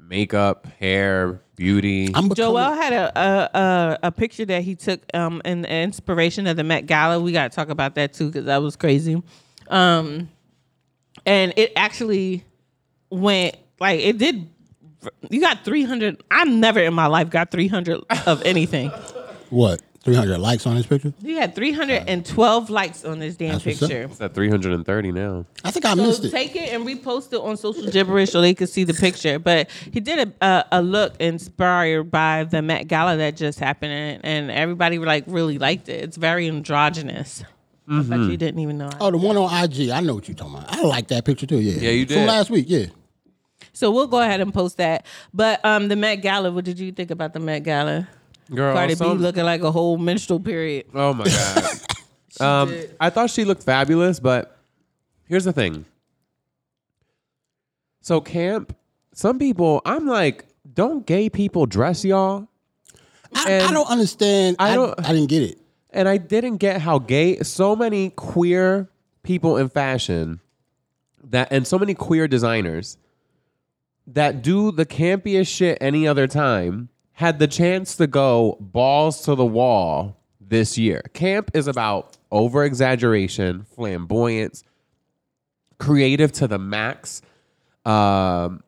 [SPEAKER 3] makeup, hair, beauty.
[SPEAKER 1] I'm becoming,
[SPEAKER 2] Joel had a a, a a picture that he took um in the inspiration of the Met Gala. We got to talk about that too because that was crazy. Um, and it actually went like it did. You got three hundred. I've never in my life got three hundred of anything.
[SPEAKER 1] what 300 likes on this picture.
[SPEAKER 2] You had three hundred and twelve likes on this damn
[SPEAKER 1] That's what's up.
[SPEAKER 2] picture.
[SPEAKER 3] it's at 330 now.
[SPEAKER 1] I think I
[SPEAKER 2] So
[SPEAKER 1] missed it.
[SPEAKER 2] take it and repost it on social gibberish so they could see the picture. But he did a, a, a look inspired by the Met Gala that just happened, and, and everybody like really liked it. It's very androgynous. But you didn't even know.
[SPEAKER 1] oh, the one on IG. I know what you're talking about. I like that picture too. Yeah.
[SPEAKER 3] Yeah, you
[SPEAKER 1] From
[SPEAKER 3] did.
[SPEAKER 1] last week. Yeah.
[SPEAKER 2] So we'll go ahead and post that. But um, the Met Gala. What did you think about the Met Gala?
[SPEAKER 3] Girl,
[SPEAKER 2] Cardi
[SPEAKER 3] some-
[SPEAKER 2] B looking like a whole menstrual period.
[SPEAKER 3] Oh my god. um, I thought she looked fabulous, but here's the thing. So camp, some people, I'm like, don't gay people dress y'all?
[SPEAKER 1] I, I
[SPEAKER 3] And
[SPEAKER 1] don't understand.
[SPEAKER 3] I
[SPEAKER 1] I
[SPEAKER 3] don't-
[SPEAKER 1] I didn't get it.
[SPEAKER 3] And I didn't get how gay so many queer people in fashion that and so many queer designers that do the campiest shit any other time had the chance to go balls to the wall this year. Camp is about over exaggeration, flamboyance, creative to the max, um,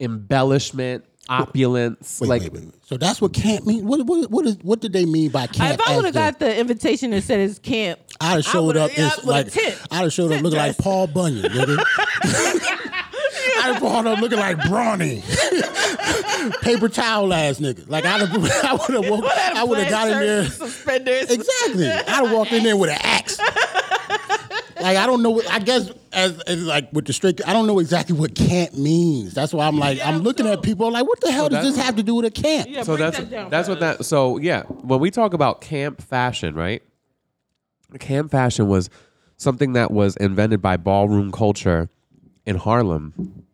[SPEAKER 3] embellishment, opulence.
[SPEAKER 1] Wait,
[SPEAKER 3] like
[SPEAKER 1] wait, wait, wait. So that's what camp mean. What what what, is, what did they mean by camp?
[SPEAKER 2] if I
[SPEAKER 1] as
[SPEAKER 2] would have
[SPEAKER 1] the-
[SPEAKER 2] got the invitation that said it's camp,
[SPEAKER 1] I'd have showed
[SPEAKER 2] would've-
[SPEAKER 1] up
[SPEAKER 2] yeah,
[SPEAKER 1] in,
[SPEAKER 2] I would've
[SPEAKER 1] like
[SPEAKER 2] tent-
[SPEAKER 1] I'd have showed up
[SPEAKER 2] tent
[SPEAKER 1] looking like
[SPEAKER 2] dressed.
[SPEAKER 1] Paul Bunyan, nigga. I'd have showed up looking like Brawny, paper towel ass nigga. Like I'd have, I would have, walked, I would have got in there.
[SPEAKER 2] Suspenders.
[SPEAKER 1] Exactly. I'd have walked in there with an axe. Like I don't know. What, I guess as, as like with the straight, I don't know exactly what camp means. That's why I'm like I'm looking at people like, what the hell does
[SPEAKER 3] that's-
[SPEAKER 1] this have to do with a camp?
[SPEAKER 2] Yeah,
[SPEAKER 3] so
[SPEAKER 2] break
[SPEAKER 3] that's
[SPEAKER 2] that down
[SPEAKER 3] that's
[SPEAKER 2] for
[SPEAKER 3] what
[SPEAKER 2] us.
[SPEAKER 3] that so yeah when we talk about camp fashion right camp fashion was something that was invented by ballroom culture in harlem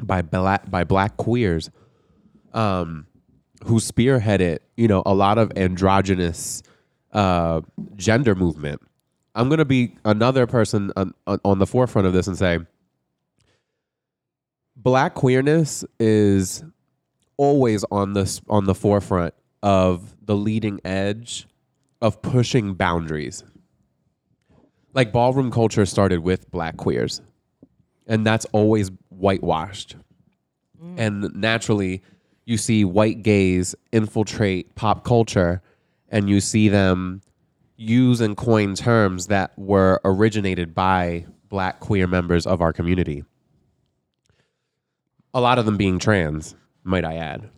[SPEAKER 3] by black by black queers um who spearheaded you know a lot of androgynous uh gender movement i'm gonna be another person on, on- on the forefront of this and say black queerness is always on this on the forefront of the leading edge of pushing boundaries. Like ballroom culture started with black queers, and that's always whitewashed. And naturally, you see white gays infiltrate pop culture, and you see them use and coin terms that were originated by black queer members of our community a lot of them being trans, might I add.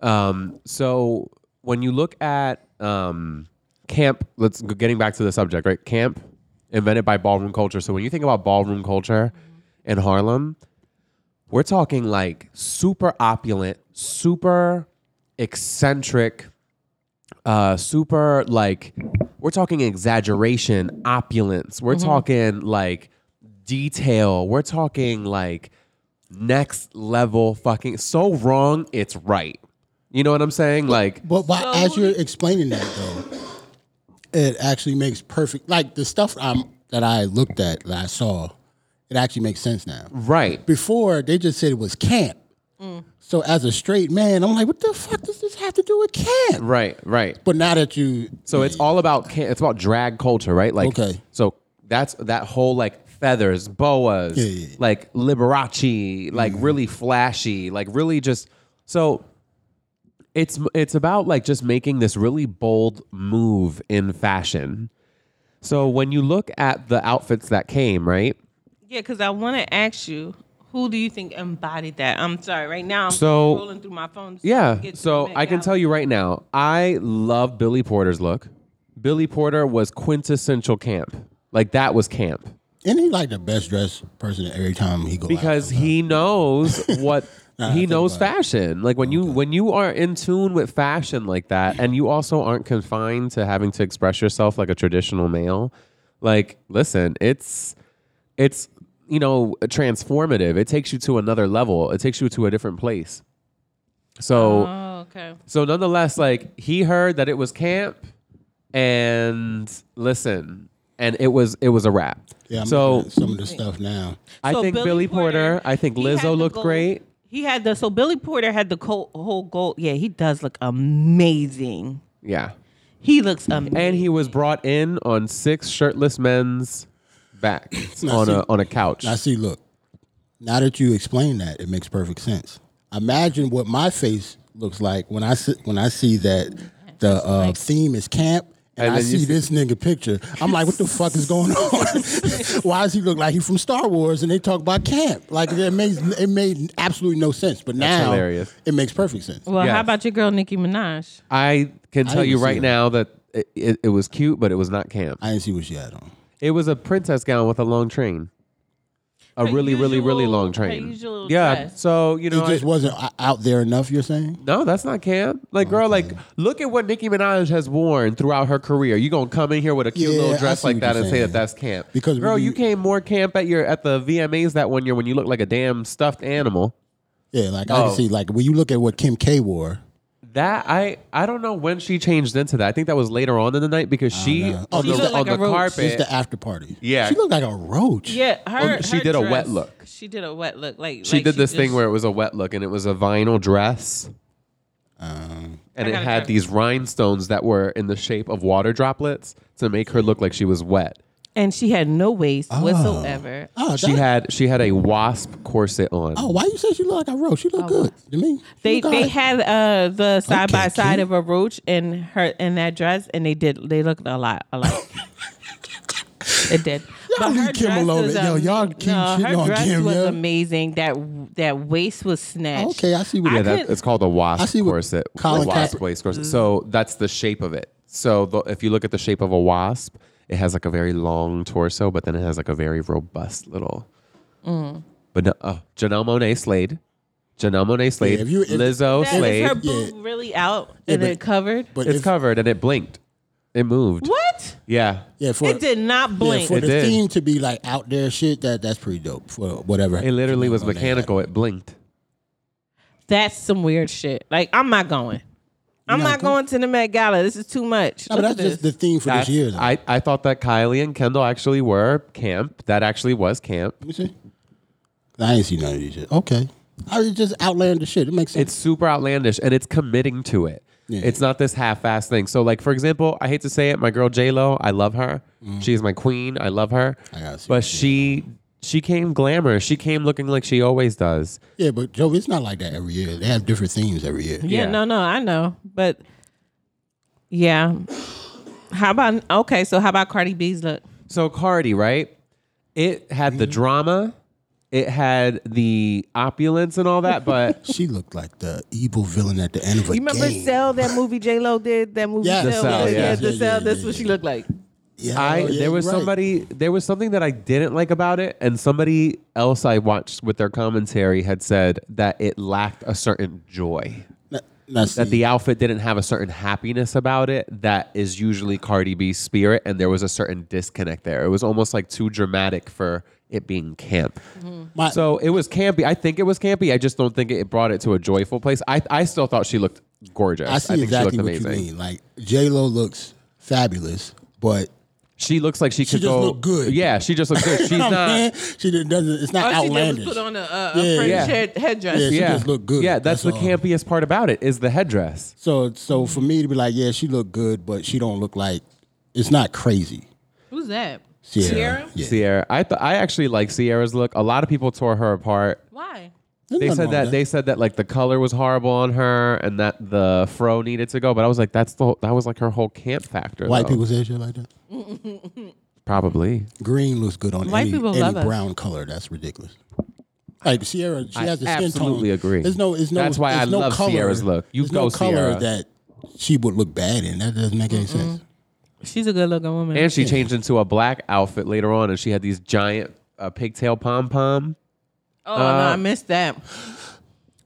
[SPEAKER 3] Um, so when you look at um, camp, let's getting back to the subject, right? Camp invented by ballroom culture. So when you think about ballroom culture in Harlem, we're talking like super opulent, super eccentric, uh, super like we're talking exaggeration, opulence. We're talking like detail. We're talking like next level fucking so wrong it's right. You know what I'm saying? Like
[SPEAKER 1] But by, as you're explaining that though, it actually makes perfect. Like the stuff I'm, that I looked at, that I saw, it actually makes sense now.
[SPEAKER 3] right.
[SPEAKER 1] Before they just said it was camp. So as a straight man, I'm like, what the fuck does this have to do with camp?
[SPEAKER 3] Right, right.
[SPEAKER 1] But now that you,
[SPEAKER 3] So it's all about ca- it's about drag culture, right? Like
[SPEAKER 1] Okay.
[SPEAKER 3] so that's that whole like feathers, boas,
[SPEAKER 1] Yeah, yeah, Mm-hmm. yeah.
[SPEAKER 3] like Liberace, like really flashy, like really just so it's it's about like just making this really bold move in fashion. So when you look at the outfits that came, right?
[SPEAKER 2] Yeah, because I want to ask you, Who do you think embodied that? I'm sorry. Right now, I'm
[SPEAKER 3] So-
[SPEAKER 2] rolling through my phone. to
[SPEAKER 3] Oh, Yeah.
[SPEAKER 2] get to
[SPEAKER 3] So
[SPEAKER 2] Met
[SPEAKER 3] I can
[SPEAKER 2] Gala.
[SPEAKER 3] tell you right now, I love Billy Porter's look. Billy Porter was quintessential camp. Like that was camp
[SPEAKER 1] And he like the best dressed person every time he go out.
[SPEAKER 3] because he knows what he knows
[SPEAKER 1] about
[SPEAKER 3] fashion. Like when you when you are in tune with fashion like that, and you also aren't confined to having to express yourself like a traditional male. Like, listen, it's it's you know transformative. It takes you to another level. It takes you to a different place. So.
[SPEAKER 2] Oh, okay.
[SPEAKER 3] So nonetheless, like he heard that it was camp, and listen, and it was it was a wrap.
[SPEAKER 1] Yeah, I'm
[SPEAKER 3] so
[SPEAKER 1] looking at some of the stuff now.
[SPEAKER 3] I
[SPEAKER 2] So
[SPEAKER 3] think Billy Porter, I think
[SPEAKER 2] he had the
[SPEAKER 3] Lizzo looked
[SPEAKER 2] gold-
[SPEAKER 3] great.
[SPEAKER 2] He had the so Billy Porter had the co- whole gold. Yeah, he does look amazing.
[SPEAKER 3] Yeah,
[SPEAKER 2] He looks amazing.
[SPEAKER 3] and he was brought in on six shirtless men's backs on a
[SPEAKER 1] see-
[SPEAKER 3] on a couch.
[SPEAKER 1] Now see, look. Now that you explain that, it makes perfect sense. Imagine what my face looks like when I see, when I see that the uh, theme is camp. And,
[SPEAKER 3] And
[SPEAKER 1] I
[SPEAKER 3] then you
[SPEAKER 1] see
[SPEAKER 3] see-
[SPEAKER 1] this nigga picture. I'm like, what the fuck is going on? Why does he look like he from Star Wars? And they talk about camp. Like it made it made absolutely no sense. But now
[SPEAKER 3] hilarious.
[SPEAKER 1] it makes perfect sense.
[SPEAKER 2] well, how
[SPEAKER 3] Yes.
[SPEAKER 2] about your girl Nicki Minaj?
[SPEAKER 3] I can tell
[SPEAKER 1] didn't
[SPEAKER 3] you
[SPEAKER 1] see
[SPEAKER 3] right
[SPEAKER 1] that.
[SPEAKER 3] now that it, it, it was cute, but it was not camp.
[SPEAKER 1] I didn't see what she had on.
[SPEAKER 3] It was a princess gown with a long train, a
[SPEAKER 2] Her
[SPEAKER 3] really really really
[SPEAKER 2] usual-
[SPEAKER 3] long
[SPEAKER 2] her
[SPEAKER 3] train.
[SPEAKER 2] usual
[SPEAKER 3] yeah.
[SPEAKER 2] dress.
[SPEAKER 3] So you know,
[SPEAKER 1] it just
[SPEAKER 3] I-
[SPEAKER 1] wasn't o- out there enough. You're saying?
[SPEAKER 3] No, that's not camp. Like, girl, like, look at what Nicki Minaj has worn throughout her career. You gonna come in here with a cute
[SPEAKER 1] Yeah, I
[SPEAKER 3] little dress
[SPEAKER 1] see
[SPEAKER 3] like
[SPEAKER 1] what you're
[SPEAKER 3] that and say
[SPEAKER 1] saying.
[SPEAKER 3] that that's camp?
[SPEAKER 1] Because
[SPEAKER 3] girl,
[SPEAKER 1] we-
[SPEAKER 3] you came more camp at your at the VMAs that one year when you looked like a damn stuffed animal.
[SPEAKER 1] Yeah, like I
[SPEAKER 3] Oh.
[SPEAKER 1] can see. Like when you look at what Kim K wore.
[SPEAKER 3] That I I don't know when she changed into that. I think that was later on in the night because she
[SPEAKER 1] know.
[SPEAKER 3] on
[SPEAKER 1] She
[SPEAKER 3] the
[SPEAKER 2] looked
[SPEAKER 3] on
[SPEAKER 2] like a
[SPEAKER 3] the
[SPEAKER 2] roach.
[SPEAKER 1] It's
[SPEAKER 3] carpet.
[SPEAKER 1] the after party.
[SPEAKER 3] Yeah.
[SPEAKER 1] she looked like a roach.
[SPEAKER 2] Yeah, her.
[SPEAKER 3] Oh, she
[SPEAKER 2] her
[SPEAKER 3] did a wet
[SPEAKER 2] dress-
[SPEAKER 3] look.
[SPEAKER 2] She did a wet look. Like
[SPEAKER 3] she
[SPEAKER 2] like
[SPEAKER 3] did this thing
[SPEAKER 2] just-
[SPEAKER 3] where it was a wet look and it was a vinyl dress. and
[SPEAKER 1] Um,
[SPEAKER 2] I
[SPEAKER 3] it
[SPEAKER 2] gotta
[SPEAKER 3] had
[SPEAKER 2] go.
[SPEAKER 3] these rhinestones that were in the shape of water droplets to make her look like she was wet.
[SPEAKER 2] and she had no waist
[SPEAKER 3] Ah.
[SPEAKER 2] whatsoever.
[SPEAKER 1] Oh,
[SPEAKER 3] She
[SPEAKER 1] that-
[SPEAKER 3] had she had a wasp corset on.
[SPEAKER 1] Oh, why you say she look like a roach? She
[SPEAKER 3] Oh.
[SPEAKER 1] look good to me. She
[SPEAKER 2] They
[SPEAKER 1] look all
[SPEAKER 2] they
[SPEAKER 1] right.
[SPEAKER 2] had uh, the side by side
[SPEAKER 1] cute.
[SPEAKER 2] of a roach and her in that dress, and they did they looked a lot alike. it did.
[SPEAKER 1] Y'all leave Kim alone.
[SPEAKER 2] is
[SPEAKER 1] Yo, y'all
[SPEAKER 2] ama-
[SPEAKER 1] keep
[SPEAKER 2] no,
[SPEAKER 1] shitting
[SPEAKER 2] her
[SPEAKER 1] on
[SPEAKER 2] dress
[SPEAKER 1] Kim,
[SPEAKER 2] was
[SPEAKER 1] yo.
[SPEAKER 2] amazing. That that waist was snatched.
[SPEAKER 1] Oh, Okay, I see what
[SPEAKER 2] I
[SPEAKER 3] yeah,
[SPEAKER 1] it is.
[SPEAKER 3] that,
[SPEAKER 2] couldn't- Mm.
[SPEAKER 3] it's called a wasp
[SPEAKER 1] I see what
[SPEAKER 3] corset.
[SPEAKER 1] Colin
[SPEAKER 3] a wasp
[SPEAKER 1] Kaepernick-
[SPEAKER 3] waist corset. So that's the shape of it. So the, if you look at the shape of a wasp, it has like a very long torso, but then it has like a very robust little.
[SPEAKER 2] Mm.
[SPEAKER 3] But no, uh, Janelle Monet Slade, Janelle Monet Slade,
[SPEAKER 1] if you- if-
[SPEAKER 3] Lizzo
[SPEAKER 2] That- is
[SPEAKER 3] Slade.
[SPEAKER 2] her boob really out and
[SPEAKER 1] but-
[SPEAKER 2] it covered?
[SPEAKER 1] But
[SPEAKER 3] it's
[SPEAKER 1] if,
[SPEAKER 3] covered and it blinked. It moved.
[SPEAKER 2] what?
[SPEAKER 3] Yeah.
[SPEAKER 1] yeah, for
[SPEAKER 2] it did not
[SPEAKER 1] yeah,
[SPEAKER 2] blink.
[SPEAKER 1] for the
[SPEAKER 3] did.
[SPEAKER 1] theme to be like out there shit. That that's pretty dope for whatever.
[SPEAKER 3] It literally was
[SPEAKER 1] on that.
[SPEAKER 3] mechanical. It blinked.
[SPEAKER 2] That's some weird shit. Like I'm not going. I'm not, going to the Met Gala. This is too much.
[SPEAKER 1] No, but
[SPEAKER 2] Look
[SPEAKER 1] that's
[SPEAKER 2] at
[SPEAKER 1] just
[SPEAKER 2] this.
[SPEAKER 1] the theme for
[SPEAKER 3] That's-
[SPEAKER 1] this year. Though.
[SPEAKER 3] I, I thought that Kylie and Kendall actually were camp. That actually was camp.
[SPEAKER 1] Let me see. I ain't see none of these shit. Okay, I was just outlandish shit. It makes sense.
[SPEAKER 3] It's super outlandish and it's committing to it. It's not this half-ass thing. So, like for example, I hate to say it, my girl J Lo, I love her. She's my queen. I love her.
[SPEAKER 1] Mm. I gotta see
[SPEAKER 3] but
[SPEAKER 1] what
[SPEAKER 3] she she came glamorous. She came looking like she always does.
[SPEAKER 1] yeah, but Joe, it's not like that every year. They have different themes every year.
[SPEAKER 2] Yeah,
[SPEAKER 3] Yeah.
[SPEAKER 2] no, no, I know, but yeah. How about okay? So how about Cardi B's look?
[SPEAKER 3] So Cardi, right? It had
[SPEAKER 1] Mm-hmm.
[SPEAKER 3] the drama. It had the opulence and all that, but
[SPEAKER 1] She looked like the evil villain at the end of a
[SPEAKER 2] You remember
[SPEAKER 1] game.
[SPEAKER 2] Cell? That movie J Lo did. That movie
[SPEAKER 1] Yes. The
[SPEAKER 2] Cell.
[SPEAKER 3] Cell,
[SPEAKER 2] where they
[SPEAKER 3] yeah.
[SPEAKER 2] had the
[SPEAKER 1] Yeah,
[SPEAKER 2] Cell.
[SPEAKER 1] yeah,
[SPEAKER 2] That's
[SPEAKER 1] yeah,
[SPEAKER 2] what she looked like.
[SPEAKER 1] Yeah,
[SPEAKER 3] I
[SPEAKER 1] oh, yeah,
[SPEAKER 3] there was
[SPEAKER 1] you're right.
[SPEAKER 3] somebody there was something that I didn't like about it, and somebody else I watched with their commentary had said that it lacked a certain joy.
[SPEAKER 1] Now- now see,
[SPEAKER 3] That the outfit didn't have a certain happiness about it that is usually Cardi B's spirit, and there was a certain disconnect there. It was almost like too dramatic for it being camp.
[SPEAKER 1] my,
[SPEAKER 3] So it was campy. I think it was campy. I just don't think it brought it to a joyful place. I I still thought she looked gorgeous.
[SPEAKER 1] I see
[SPEAKER 3] think
[SPEAKER 1] exactly
[SPEAKER 3] she looked
[SPEAKER 1] what
[SPEAKER 3] amazing.
[SPEAKER 1] you mean. Like J Lo looks fabulous, but
[SPEAKER 3] She looks like she, could
[SPEAKER 1] just
[SPEAKER 3] go
[SPEAKER 1] looked good.
[SPEAKER 3] Yeah, she just looks good. She's not.
[SPEAKER 1] she didn't- doesn't. It's not
[SPEAKER 2] All she did
[SPEAKER 1] outlandish.
[SPEAKER 2] was put on a, a,
[SPEAKER 1] Yeah,
[SPEAKER 2] a French
[SPEAKER 3] yeah.
[SPEAKER 2] head, headdress.
[SPEAKER 1] Yeah, she
[SPEAKER 3] yeah.
[SPEAKER 1] just looked good.
[SPEAKER 3] Yeah, that's,
[SPEAKER 1] That's
[SPEAKER 3] the
[SPEAKER 1] all.
[SPEAKER 3] campiest part about it is the headdress.
[SPEAKER 1] so, so for me to be like, yeah, she looked good, but she don't look like. It's not crazy.
[SPEAKER 2] Who's that?
[SPEAKER 1] Sierra.
[SPEAKER 2] Sierra?
[SPEAKER 1] Yeah.
[SPEAKER 3] Sierra, I th- I actually like Sierra's look. A lot of people tore her apart.
[SPEAKER 2] Why?
[SPEAKER 1] There's
[SPEAKER 3] They
[SPEAKER 1] nothing
[SPEAKER 3] said
[SPEAKER 1] wrong
[SPEAKER 3] that
[SPEAKER 1] with
[SPEAKER 3] they said that like the color was horrible on her and that the fro needed to go. But I was like, that's the whole, that was like her whole camp factor.
[SPEAKER 1] white
[SPEAKER 3] though.
[SPEAKER 1] people say shit like that.
[SPEAKER 3] probably.
[SPEAKER 1] Green looks good on
[SPEAKER 2] White
[SPEAKER 1] any,
[SPEAKER 2] people
[SPEAKER 1] any
[SPEAKER 2] love us.
[SPEAKER 1] brown color. That's ridiculous. Like Sierra, she
[SPEAKER 3] I
[SPEAKER 1] has the skin tone.
[SPEAKER 3] absolutely agree.
[SPEAKER 1] There's no, there's no.
[SPEAKER 3] That's why I
[SPEAKER 1] there's no
[SPEAKER 3] love
[SPEAKER 1] color,
[SPEAKER 3] Sierra's look. You
[SPEAKER 1] there's
[SPEAKER 3] go,
[SPEAKER 1] no color
[SPEAKER 3] Sierra.
[SPEAKER 1] that she would look bad in. That doesn't make any sense.
[SPEAKER 2] She's a good looking woman.
[SPEAKER 3] And she changed into a black outfit later on, and she had these giant uh, pigtail pom pom.
[SPEAKER 2] oh, no,
[SPEAKER 3] uh,
[SPEAKER 2] I missed that.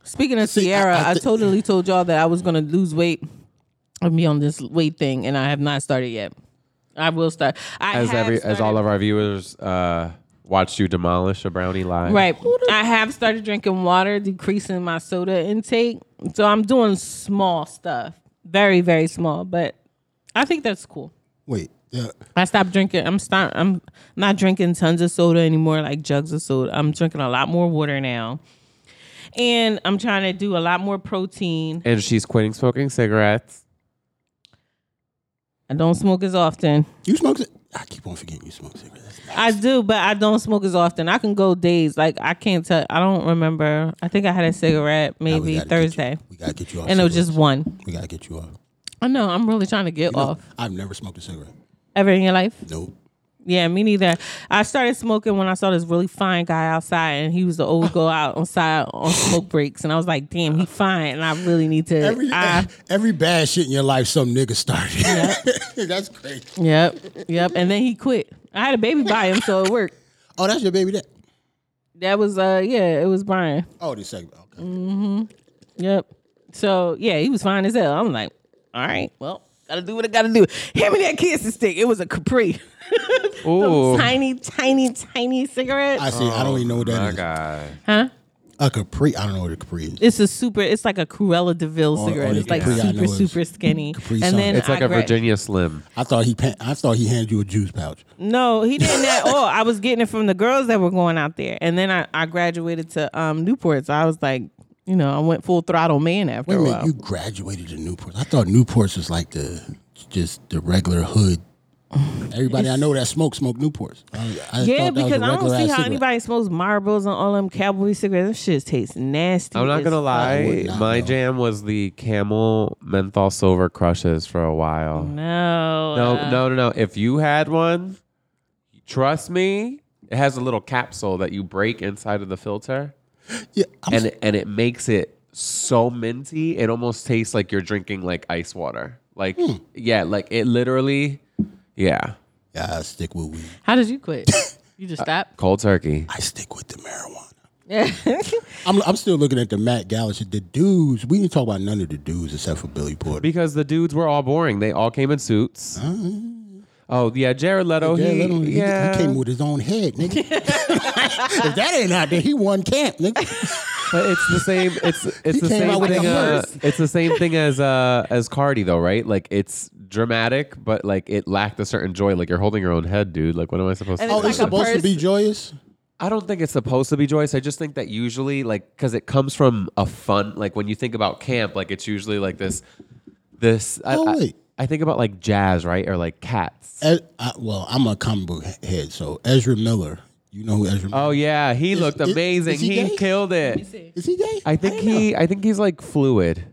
[SPEAKER 2] Speaking of Sierra, I,
[SPEAKER 1] I thi-
[SPEAKER 2] totally told y'all that I was going to lose weight and be on this weight thing, and I have not started yet. I will start. I
[SPEAKER 3] As
[SPEAKER 2] have
[SPEAKER 3] every
[SPEAKER 2] started,
[SPEAKER 3] as all of our viewers uh, watched you demolish a brownie live.
[SPEAKER 2] Right. I have started drinking water, decreasing my soda intake. So I'm doing small stuff, very very small, but I think that's cool.
[SPEAKER 1] Wait, yeah,
[SPEAKER 2] I stopped drinking. I'm stop, I'm not drinking tons of soda anymore, like jugs of soda. I'm drinking a lot more water now, and I'm trying to do a lot more protein.
[SPEAKER 3] And she's quitting smoking cigarettes.
[SPEAKER 2] I don't smoke as often.
[SPEAKER 1] you smoke. ci- I keep on forgetting you smoke cigarettes.
[SPEAKER 2] I do, but I don't smoke as often. I can go days. Like I can't tell. I don't remember. I think I had a cigarette
[SPEAKER 1] Now
[SPEAKER 2] maybe
[SPEAKER 1] we gotta get you-
[SPEAKER 2] Thursday,
[SPEAKER 1] we gotta get you off.
[SPEAKER 2] and it was just
[SPEAKER 1] cigarettes.
[SPEAKER 2] one.
[SPEAKER 1] we gotta get you off.
[SPEAKER 2] I know. I'm really trying to get
[SPEAKER 1] No,
[SPEAKER 2] off.
[SPEAKER 1] I've never smoked a cigarette.
[SPEAKER 2] Ever in your life?
[SPEAKER 1] Nope.
[SPEAKER 2] Yeah, me neither. I started smoking when I saw this really fine guy outside, and he was the old go out on side on smoke breaks, and I was like, "Damn, he fine," and I really need to.
[SPEAKER 1] Every
[SPEAKER 2] I,
[SPEAKER 1] every bad shit in your life, some nigga started. that's crazy.
[SPEAKER 2] yep, yep. And then he quit. I had a baby by him, so it worked.
[SPEAKER 1] Oh, that's your baby. That.
[SPEAKER 2] That was uh, yeah, it was Brian.
[SPEAKER 1] Oh, this segment. Okay.
[SPEAKER 2] Mm. Yep. So yeah, he was fine as hell. I'm like, all right, well, gotta do what I gotta do. Hand me that kissing stick. It was a Capri,
[SPEAKER 3] Ooh,
[SPEAKER 2] tiny, tiny, tiny cigarette.
[SPEAKER 1] I see. I don't even know what that
[SPEAKER 3] Oh, my
[SPEAKER 1] is.
[SPEAKER 3] God.
[SPEAKER 1] A Capri. I don't know what a Capri is.
[SPEAKER 2] it's a super. It's like a Cruella Deville
[SPEAKER 1] Or-
[SPEAKER 2] cigarette.
[SPEAKER 1] or
[SPEAKER 2] it's like
[SPEAKER 1] Oh, Capri, I know
[SPEAKER 2] super,
[SPEAKER 1] it's
[SPEAKER 2] super skinny.
[SPEAKER 1] Capri
[SPEAKER 2] and then
[SPEAKER 1] something.
[SPEAKER 3] It's like
[SPEAKER 2] a
[SPEAKER 3] a Virginia Slim.
[SPEAKER 1] I thought he. Pa- I thought he handed you a juice pouch.
[SPEAKER 2] No, he didn't at all. I was getting it from the girls that were going out there, and then I, I graduated to um, Newport. So I was like, you know, I went full throttle man after
[SPEAKER 1] Wait a
[SPEAKER 2] a
[SPEAKER 1] minute.
[SPEAKER 2] while.
[SPEAKER 1] You graduated to Newport. I thought Newports was like the just the regular hood. Everybody I know that smoke smoke Newports. I, I
[SPEAKER 2] yeah,
[SPEAKER 1] thought that was a
[SPEAKER 2] because I don't
[SPEAKER 1] regular-ass
[SPEAKER 2] see how
[SPEAKER 1] cigarette.
[SPEAKER 2] anybody smokes marbles and all them cowboy cigarettes. Them shits taste nasty.
[SPEAKER 3] I'm not
[SPEAKER 2] as
[SPEAKER 3] gonna
[SPEAKER 2] fuck.
[SPEAKER 3] lie.
[SPEAKER 1] not,
[SPEAKER 3] My
[SPEAKER 1] though.
[SPEAKER 3] jam was the Camel Menthol Silver Crushes for a while.
[SPEAKER 2] No,
[SPEAKER 3] No,
[SPEAKER 2] uh,
[SPEAKER 3] no, no, no. If you had one, trust me, it has a little capsule that you break inside of the filter,
[SPEAKER 1] Yeah, I'm
[SPEAKER 3] and it, and it makes it so minty. It almost tastes like you're drinking like ice water. Like
[SPEAKER 1] Hmm.
[SPEAKER 3] yeah, like it literally, yeah,
[SPEAKER 1] Yeah, I stick with weed.
[SPEAKER 2] How did you quit? You just stopped.
[SPEAKER 3] cold turkey.
[SPEAKER 1] I stick with the marijuana.
[SPEAKER 2] Yeah.
[SPEAKER 1] I'm, I'm still looking at the Matt Gallagher. shit. The dudes, we didn't talk about none of the dudes except for Billy Porter.
[SPEAKER 3] Because the dudes were all boring. They all came in suits. Oh yeah, Jared Leto.
[SPEAKER 1] Yeah,
[SPEAKER 3] he,
[SPEAKER 1] let him- Ah. he-
[SPEAKER 3] yeah.
[SPEAKER 1] he came with his own head, nigga. if that ain't out there, he won camp, nigga.
[SPEAKER 3] But it's the same. It's it's
[SPEAKER 1] He
[SPEAKER 3] the
[SPEAKER 1] came
[SPEAKER 3] same
[SPEAKER 1] out with a
[SPEAKER 3] thing. Uh,
[SPEAKER 1] hearse.
[SPEAKER 3] it's the same thing as uh as Cardi though, right? Like it's dramatic, but like it lacked a certain joy. Like you're holding your own head, dude. Like what am I supposed
[SPEAKER 2] And
[SPEAKER 3] to?
[SPEAKER 1] Oh,
[SPEAKER 3] do
[SPEAKER 2] Like
[SPEAKER 1] it's
[SPEAKER 3] with
[SPEAKER 2] a
[SPEAKER 3] it?
[SPEAKER 1] supposed to be
[SPEAKER 2] person.
[SPEAKER 1] joyous.
[SPEAKER 3] I don't think it's supposed to be joyous. I just think that usually, like, because it comes from a fun. Like when you think about camp, like it's usually like this. This. I,
[SPEAKER 1] Oh,
[SPEAKER 3] I-
[SPEAKER 1] wait.
[SPEAKER 3] I, think about like jazz, right, or like cats.
[SPEAKER 1] E- I- well, I'm a comic book he- head, so Ezra Miller. You know who Ezra?
[SPEAKER 3] Oh yeah, he looked
[SPEAKER 1] is- is
[SPEAKER 3] amazing.
[SPEAKER 1] he
[SPEAKER 3] he
[SPEAKER 1] gay?
[SPEAKER 3] killed it.
[SPEAKER 1] is he gay?
[SPEAKER 3] I think
[SPEAKER 1] didn't know.
[SPEAKER 3] he. I think he's like fluid.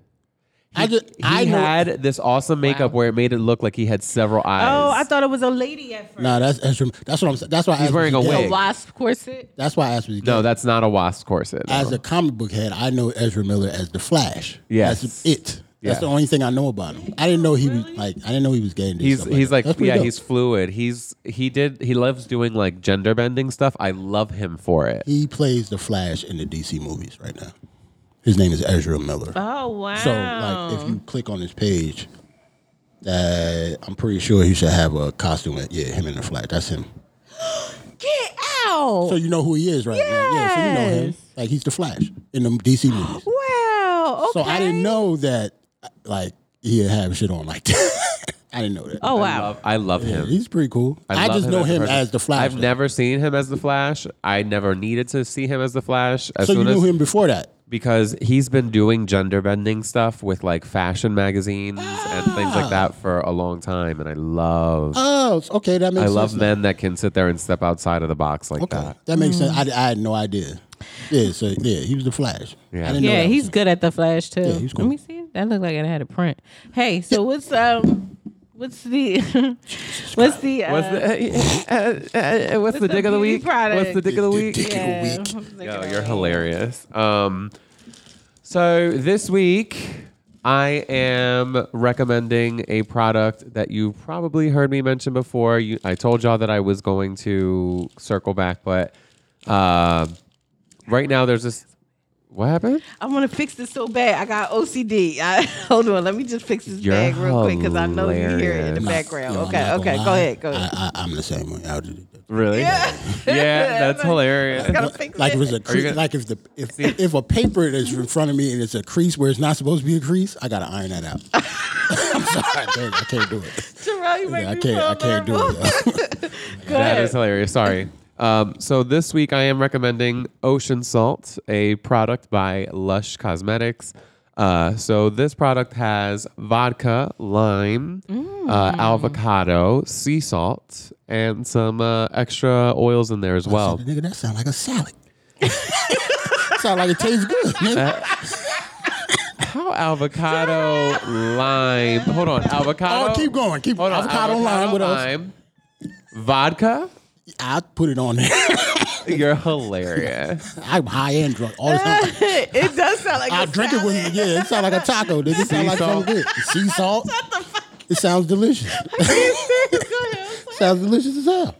[SPEAKER 1] I just.
[SPEAKER 3] He
[SPEAKER 1] I know.
[SPEAKER 3] had this awesome makeup where it made it look like he had several eyes.
[SPEAKER 2] oh, I thought it was a lady at first.
[SPEAKER 1] nah, that's Ezra. That's what I'm. saying. That's why I asked
[SPEAKER 3] wearing
[SPEAKER 1] was he
[SPEAKER 3] a
[SPEAKER 1] gay.
[SPEAKER 3] wig.
[SPEAKER 2] a wasp corset.
[SPEAKER 1] That's why I asked. Was he gay.
[SPEAKER 3] No, that's not a wasp corset.
[SPEAKER 1] As
[SPEAKER 3] no.
[SPEAKER 1] a comic book head, I know Ezra Miller as the Flash.
[SPEAKER 3] Yes.
[SPEAKER 1] that's it. That's
[SPEAKER 3] Yeah.
[SPEAKER 1] the only thing I know about him. I didn't know he was like. I didn't know he was gay. and did
[SPEAKER 3] he's
[SPEAKER 1] stuff like
[SPEAKER 3] he's
[SPEAKER 1] that.
[SPEAKER 3] like
[SPEAKER 1] That's pretty
[SPEAKER 3] yeah,
[SPEAKER 1] dope.
[SPEAKER 3] he's fluid. He's he did he loves doing like gender bending stuff. I love him for it.
[SPEAKER 1] he plays the Flash in the DC movies right now. His name is Ezra Miller.
[SPEAKER 2] Oh wow.
[SPEAKER 1] So like, if you click on his page, that I'm pretty sure he should have a costume. Yeah, him in the Flash. That's him.
[SPEAKER 2] Get out.
[SPEAKER 1] So you know who he is right now. Yeah, so you know him.
[SPEAKER 2] Yes.
[SPEAKER 1] Like he's the Flash in the DC movies.
[SPEAKER 2] wow. Okay.
[SPEAKER 1] So I didn't know that like he'd have shit on like that. I didn't know that.
[SPEAKER 2] Oh
[SPEAKER 3] I
[SPEAKER 2] wow.
[SPEAKER 3] love, I love him.
[SPEAKER 1] He's pretty cool. I,
[SPEAKER 3] love
[SPEAKER 1] just know
[SPEAKER 3] as a
[SPEAKER 1] him
[SPEAKER 3] person.
[SPEAKER 1] as the Flash.
[SPEAKER 3] I've
[SPEAKER 1] though.
[SPEAKER 3] never seen him as the Flash. I never needed to see him as the Flash. As
[SPEAKER 1] so you
[SPEAKER 3] soon
[SPEAKER 1] knew
[SPEAKER 3] as,
[SPEAKER 1] him before that.
[SPEAKER 3] because he's been doing gender bending stuff with like fashion magazines and things
[SPEAKER 1] Ah.
[SPEAKER 3] like that for a long time, and I love.
[SPEAKER 1] Oh, it's- okay, that makes
[SPEAKER 3] I
[SPEAKER 1] sense.
[SPEAKER 3] love
[SPEAKER 1] now.
[SPEAKER 3] men that can sit there and step outside of the box like
[SPEAKER 1] Okay,
[SPEAKER 3] that.
[SPEAKER 1] that makes
[SPEAKER 3] Mm.
[SPEAKER 1] sense. I, I had no idea. Yeah, so yeah, he was the Flash.
[SPEAKER 3] Yeah.
[SPEAKER 1] I didn't know
[SPEAKER 2] Yeah,
[SPEAKER 1] that was
[SPEAKER 2] he's
[SPEAKER 1] him.
[SPEAKER 2] good at the flash too.
[SPEAKER 1] Yeah, he's cool.
[SPEAKER 2] Let me see. That looked like it had a print. Hey, so what's um What's the what's the uh,
[SPEAKER 3] What's the, uh, uh, uh, what's the
[SPEAKER 2] the
[SPEAKER 3] dick of the
[SPEAKER 2] beauty
[SPEAKER 3] week?
[SPEAKER 2] product?
[SPEAKER 3] What's the dick of
[SPEAKER 1] The
[SPEAKER 3] the week?
[SPEAKER 1] dick. Take a
[SPEAKER 2] yeah,
[SPEAKER 1] week.
[SPEAKER 2] I'm thinking
[SPEAKER 3] Yo,
[SPEAKER 2] about
[SPEAKER 3] you're
[SPEAKER 2] it.
[SPEAKER 3] hilarious. Um, so this week I am recommending a product that you probably heard me mention before. You, I told y'all that I was going to circle back, but uh, right now there's this. What happened?
[SPEAKER 2] I want to fix this so bad. I got OCD. I, hold on, let me just fix this
[SPEAKER 3] You're
[SPEAKER 2] bag real quick because I know you hear it in the
[SPEAKER 3] hilarious.
[SPEAKER 2] background.
[SPEAKER 1] Yo, I'm
[SPEAKER 2] okay,
[SPEAKER 1] not gonna
[SPEAKER 2] okay, go
[SPEAKER 1] lie.
[SPEAKER 2] ahead, go ahead.
[SPEAKER 1] I, I, I'm the same way. I would do that.
[SPEAKER 3] Really? Yeah, that's hilarious.
[SPEAKER 2] gotta fix
[SPEAKER 1] Like if
[SPEAKER 2] it.
[SPEAKER 1] it's a crease,
[SPEAKER 3] gonna-
[SPEAKER 1] like if the if, if a paper that's in front of me and it's a crease where it's not supposed to be a crease, I gotta iron that out. I'm sorry, I can't, I can't do it.
[SPEAKER 2] Terrell, you make
[SPEAKER 1] Yeah, I
[SPEAKER 2] me
[SPEAKER 1] can't,
[SPEAKER 2] feel
[SPEAKER 1] I can't do
[SPEAKER 2] horrible.
[SPEAKER 1] it. yo.
[SPEAKER 2] Go
[SPEAKER 3] That
[SPEAKER 2] ahead.
[SPEAKER 3] is hilarious. Sorry. Um, so this week I am recommending Ocean Salt, a product by Lush Cosmetics. Uh, so this product has vodka, lime, uh, avocado, sea salt, and some uh, extra oils in there as well.
[SPEAKER 1] Nigga, that sound like a salad. sound like it tastes good.
[SPEAKER 3] Uh,
[SPEAKER 1] nigga.
[SPEAKER 3] How avocado, lime? Hold on, avocado.
[SPEAKER 1] Oh, keep going, keep-
[SPEAKER 3] Hold on,
[SPEAKER 1] avocado, lime, what else?
[SPEAKER 3] lime, vodka.
[SPEAKER 1] I put it on there.
[SPEAKER 3] You're hilarious.
[SPEAKER 1] I'm high end drunk all the time.
[SPEAKER 2] it does sound like
[SPEAKER 1] I
[SPEAKER 2] a
[SPEAKER 1] drink it
[SPEAKER 2] salad.
[SPEAKER 1] with you. Yeah, it sounds like a taco. Nigga. It sounds like
[SPEAKER 3] salt.
[SPEAKER 1] something good. Sea salt. It sounds delicious. sounds delicious as hell.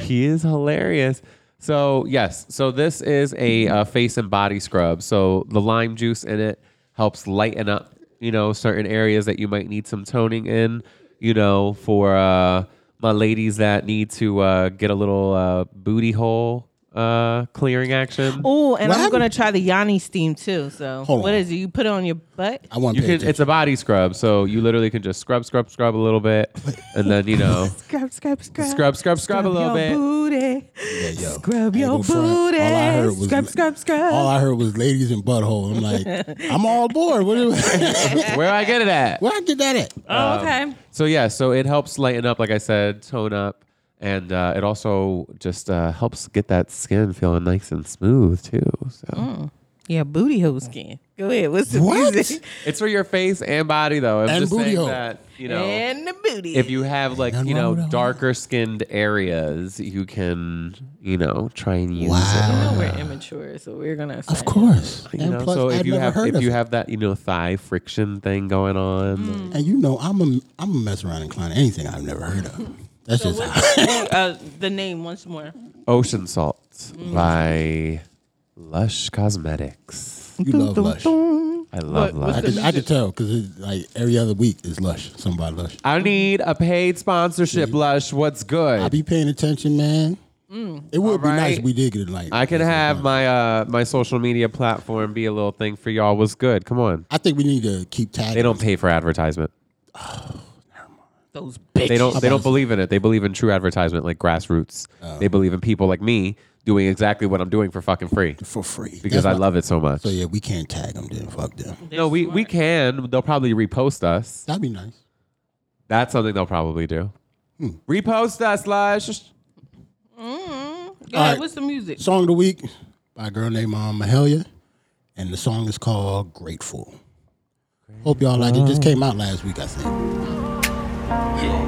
[SPEAKER 3] He is hilarious. So yes, so this is a uh, face and body scrub. So the lime juice in it helps lighten up, you know, certain areas that you might need some toning in. You know, for uh, my ladies that need to uh, get a little uh, booty hole uh, clearing action.
[SPEAKER 2] Oh, and
[SPEAKER 1] What
[SPEAKER 2] I'm
[SPEAKER 1] happened?
[SPEAKER 2] gonna try the Yanni steam too. So
[SPEAKER 1] Hold
[SPEAKER 2] what
[SPEAKER 1] on.
[SPEAKER 2] is it? You put it on your butt?
[SPEAKER 1] I want
[SPEAKER 3] You
[SPEAKER 1] to pay
[SPEAKER 3] can.
[SPEAKER 1] attention.
[SPEAKER 3] It's a body scrub, so you literally can just scrub, scrub, scrub a little bit, and then you know,
[SPEAKER 2] Scrub, scrub, scrub.
[SPEAKER 3] scrub, scrub, scrub a little
[SPEAKER 2] your
[SPEAKER 3] bit.
[SPEAKER 2] Booty.
[SPEAKER 1] Yeah, yo.
[SPEAKER 2] Scrub
[SPEAKER 1] Ain't
[SPEAKER 2] your
[SPEAKER 1] no front.
[SPEAKER 2] booty.
[SPEAKER 1] All I heard was
[SPEAKER 2] Scrub, scrub, scrub.
[SPEAKER 1] All I heard was ladies and butthole. I'm like, I'm all bored. What do-
[SPEAKER 3] Where do I get it at?
[SPEAKER 1] Where I get that at?
[SPEAKER 3] Um,
[SPEAKER 2] oh, okay.
[SPEAKER 3] So yeah, so it helps lighten up, like I said, tone up, and uh, it also just uh, helps get that skin feeling nice and smooth too. So
[SPEAKER 2] yeah, booty hole skin. Go ahead. What's the
[SPEAKER 1] What?
[SPEAKER 2] music?
[SPEAKER 3] it's for your face and body, though. I'm
[SPEAKER 1] And
[SPEAKER 3] just
[SPEAKER 1] booty
[SPEAKER 3] saying
[SPEAKER 1] hole.
[SPEAKER 3] that you know,
[SPEAKER 2] And the booty.
[SPEAKER 3] if you have like
[SPEAKER 1] nothing
[SPEAKER 3] you
[SPEAKER 1] wrong
[SPEAKER 3] know
[SPEAKER 1] with that.
[SPEAKER 3] darker skinned areas, you can you know try and use
[SPEAKER 2] You
[SPEAKER 1] Wow.
[SPEAKER 3] it.
[SPEAKER 2] know we're immature, so we're gonna.
[SPEAKER 1] Of course.
[SPEAKER 3] You
[SPEAKER 1] and
[SPEAKER 3] know,
[SPEAKER 1] plus,
[SPEAKER 3] so if
[SPEAKER 1] I've
[SPEAKER 3] you
[SPEAKER 1] never
[SPEAKER 3] have
[SPEAKER 1] heard
[SPEAKER 3] if
[SPEAKER 1] of
[SPEAKER 3] you
[SPEAKER 1] it.
[SPEAKER 3] have that you know thigh friction thing going on,
[SPEAKER 1] And you know, I'm a, I'm a mess around and climb anything I've never heard of. That's just how.
[SPEAKER 2] uh, the name once more.
[SPEAKER 3] Ocean Salt by Lush Cosmetics.
[SPEAKER 1] You love Lush. I
[SPEAKER 3] I love
[SPEAKER 2] what's
[SPEAKER 3] Lush.
[SPEAKER 2] the
[SPEAKER 1] could, I could tell because like every other week is Lush. Somebody Lush.
[SPEAKER 3] I need a paid sponsorship, Lush. What's
[SPEAKER 1] I
[SPEAKER 3] good?
[SPEAKER 1] be paying attention, man. it would be nice
[SPEAKER 3] right.
[SPEAKER 1] if we did get it like.
[SPEAKER 3] I can
[SPEAKER 1] this
[SPEAKER 3] have
[SPEAKER 1] sometime.
[SPEAKER 3] my uh my social media platform be a little thing for y'all. What's good? Come on.
[SPEAKER 1] I think we need to keep tagging.
[SPEAKER 3] They don't pay for advertisement.
[SPEAKER 2] Those bitches.
[SPEAKER 3] They don't they don't believe in it. They believe in true advertisement like grassroots.
[SPEAKER 1] Oh.
[SPEAKER 3] They believe in people like me doing exactly what I'm doing for fucking free
[SPEAKER 1] for free
[SPEAKER 3] because
[SPEAKER 1] That's
[SPEAKER 3] I
[SPEAKER 1] why-
[SPEAKER 3] love it so much.
[SPEAKER 1] So yeah, we can't tag them. Then fuck them.
[SPEAKER 3] No, we we can. They'll probably repost us.
[SPEAKER 1] That'd be nice.
[SPEAKER 3] That's something they'll probably do.
[SPEAKER 1] Hmm.
[SPEAKER 3] Repost us, Lush.
[SPEAKER 2] Go ahead,
[SPEAKER 3] uh,
[SPEAKER 1] Alright.
[SPEAKER 2] What's the music?
[SPEAKER 1] Song of the week by a girl named um, Mahalia, and the song is called "Grateful." Hope y'all like it. Just came out last week, I think.
[SPEAKER 5] Yo.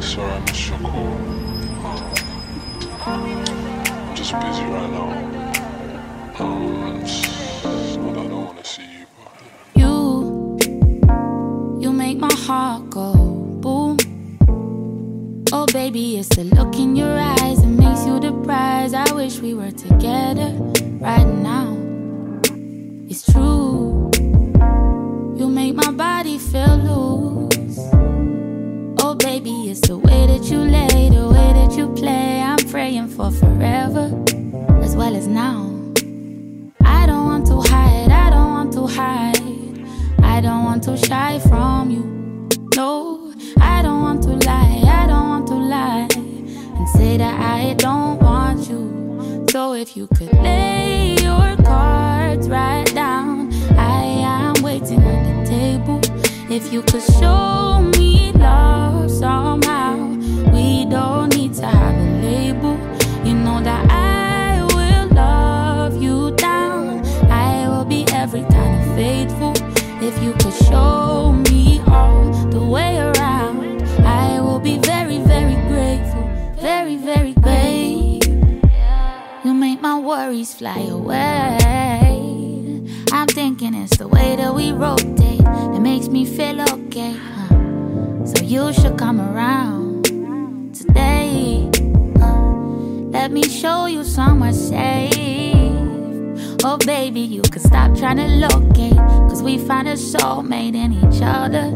[SPEAKER 5] Sorry I missed your call. I'm just busy right now. Um, but I don't want to see you.
[SPEAKER 6] You, you make my heart go boom. Oh, baby, it's the look in your eyes that makes you the prize. I wish we were together right now. It's true, you make my body feel loose. Oh, baby, it's the way that you lay, the way that you play. I'm praying for forever as well as now. I don't want to hide, I don't want to hide. I don't want to shy from you. No, I don't want to lie, I don't want to lie. And say that I don't want you. So if you could lay your cards right down, I am waiting at the table. If you could show me love somehow, we don't need to have a label. You know that I will love you down. I will be every kind of faithful. If you could show me all the way around, I will be very, very grateful. Very, very grateful. You make my worries fly away. I'm thinking it's the way that we rotate that makes me feel okay. huh. So you should come around today. huh. Let me show you somewhere safe. Oh, baby, you can stop trying to locate. Cause we found a soulmate in each other.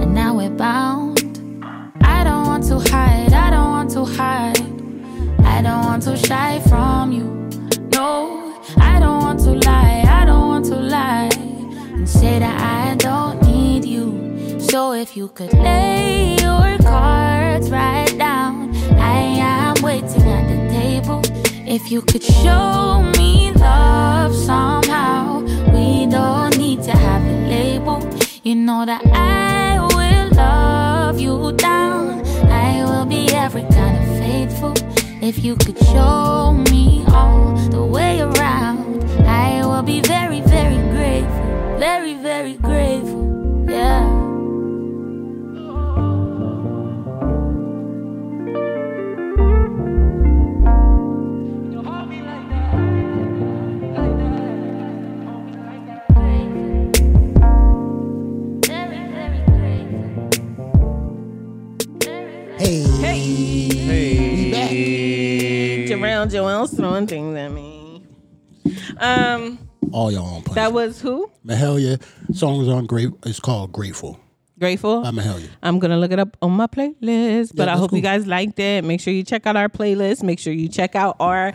[SPEAKER 6] And now we're bound. I don't want to hide, I don't want to hide. I don't want to shy from you. No, I don't want to lie, I don't want to lie. And say that I don't need you. So if you could lay your cards right down, I am waiting at the table. If you could show me love somehow, we don't need to have a label. You know that I will love you down. I will be every kind of faithful. If you could show me all the way around, I will be very, very grateful. Very, very grateful. Yeah.
[SPEAKER 1] Hey.
[SPEAKER 2] Jerrell Joel's throwing things at me. Um,
[SPEAKER 1] All y'all on point.
[SPEAKER 2] that was who?
[SPEAKER 1] Mahalia. Song is on great. It's called Grateful
[SPEAKER 2] Grateful.
[SPEAKER 1] by Mahalia.
[SPEAKER 2] I'm gonna look it up on my playlist. But I
[SPEAKER 1] that's
[SPEAKER 2] hope
[SPEAKER 1] cool.
[SPEAKER 2] you guys liked it. Make sure you check out our playlist. Make sure you check out our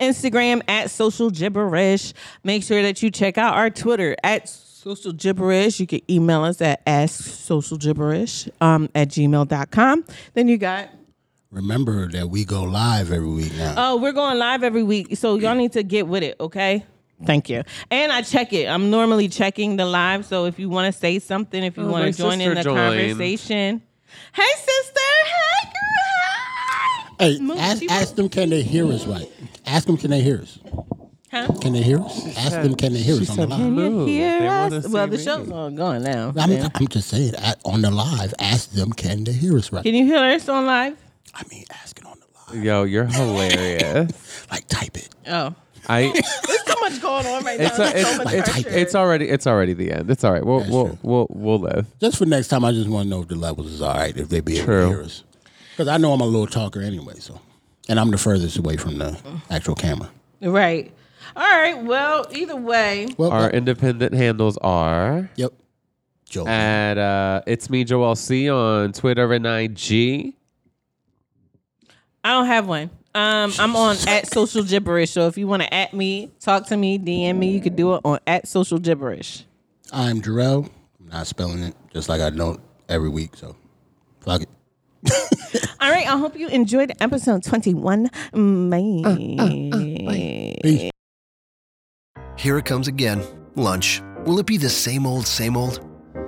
[SPEAKER 2] Instagram at social gibberish. Make sure that you check out our Twitter at social gibberish. You can email us at ask social gibberish um, at gmail.com. Then you got
[SPEAKER 1] Remember that we go live every week now.
[SPEAKER 2] oh, we're going live every week. So y'all need to get with it, okay? Thank you. And I check it. I'm normally checking the live. So if you want to say something, if you
[SPEAKER 3] Oh,
[SPEAKER 2] want
[SPEAKER 3] my
[SPEAKER 2] to join in
[SPEAKER 3] sister
[SPEAKER 2] the
[SPEAKER 3] joined.
[SPEAKER 2] conversation. Hey, sister. Hey, girl. Hi.
[SPEAKER 1] hey,
[SPEAKER 2] Move-
[SPEAKER 1] ask,
[SPEAKER 2] she-
[SPEAKER 1] ask them can they hear us right. Ask them can they hear us.
[SPEAKER 2] Huh?
[SPEAKER 1] Can they hear us? Ask them can they hear us on the live.
[SPEAKER 2] Can you
[SPEAKER 3] Move.
[SPEAKER 2] hear
[SPEAKER 3] They wanna
[SPEAKER 2] us?
[SPEAKER 3] see
[SPEAKER 2] Well, the
[SPEAKER 3] me.
[SPEAKER 2] show's all gone now.
[SPEAKER 1] I'm,
[SPEAKER 2] Yeah.
[SPEAKER 1] I'm just saying a- on the live. Ask them can they hear us right.
[SPEAKER 2] Can you hear us on live?
[SPEAKER 1] I mean, ask it on the live.
[SPEAKER 3] Yo, you're hilarious.
[SPEAKER 1] Like type it.
[SPEAKER 2] Oh.
[SPEAKER 3] I
[SPEAKER 2] There's so much going on right
[SPEAKER 3] it's
[SPEAKER 2] now.
[SPEAKER 3] a,
[SPEAKER 2] so much
[SPEAKER 3] it's, it's,
[SPEAKER 2] pressure.
[SPEAKER 3] it's already it's already the end. It's all right. We'll
[SPEAKER 1] That's
[SPEAKER 3] we'll,
[SPEAKER 1] true.
[SPEAKER 3] we'll we'll live.
[SPEAKER 1] Just for next time, I just want to know if the levels is all right, if they be able
[SPEAKER 3] True.
[SPEAKER 1] to hear us. Because I know I'm a little talker anyway, so. And I'm the furthest away from the actual camera.
[SPEAKER 2] right. All right. Well, either way,
[SPEAKER 1] Well,
[SPEAKER 3] Our independent handles are
[SPEAKER 1] yep. Joe.
[SPEAKER 3] at uh, it's me Joel C on Twitter and IG.
[SPEAKER 2] I don't have one. Um, I'm on at social gibberish. So if you want to at me, talk to me, DM me, you could do it on at social gibberish.
[SPEAKER 1] I'm Jarrell. I'm not spelling it just like I don't every week, so fuck it.
[SPEAKER 2] All right. I hope you enjoyed episode 21. Bye.
[SPEAKER 1] Peace.
[SPEAKER 7] Here it comes again. Lunch. Will it be the same old, same old?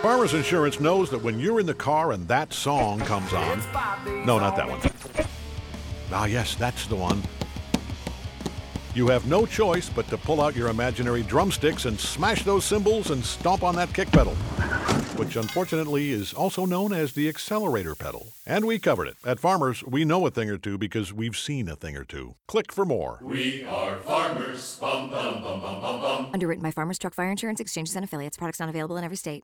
[SPEAKER 8] Farmers Insurance knows that when you're in the car and that song comes on. No, not that one. Ah, yes, that's the one. You have no choice but to pull out your imaginary drumsticks and smash those cymbals and stomp on that kick pedal, which unfortunately is also known as the accelerator pedal. And we covered it. At Farmers, we know a thing or two because we've seen a thing or two. Click for more.
[SPEAKER 9] Underwritten by Farmers Truck Fire Insurance Exchanges and Affiliates. Products not available in every state.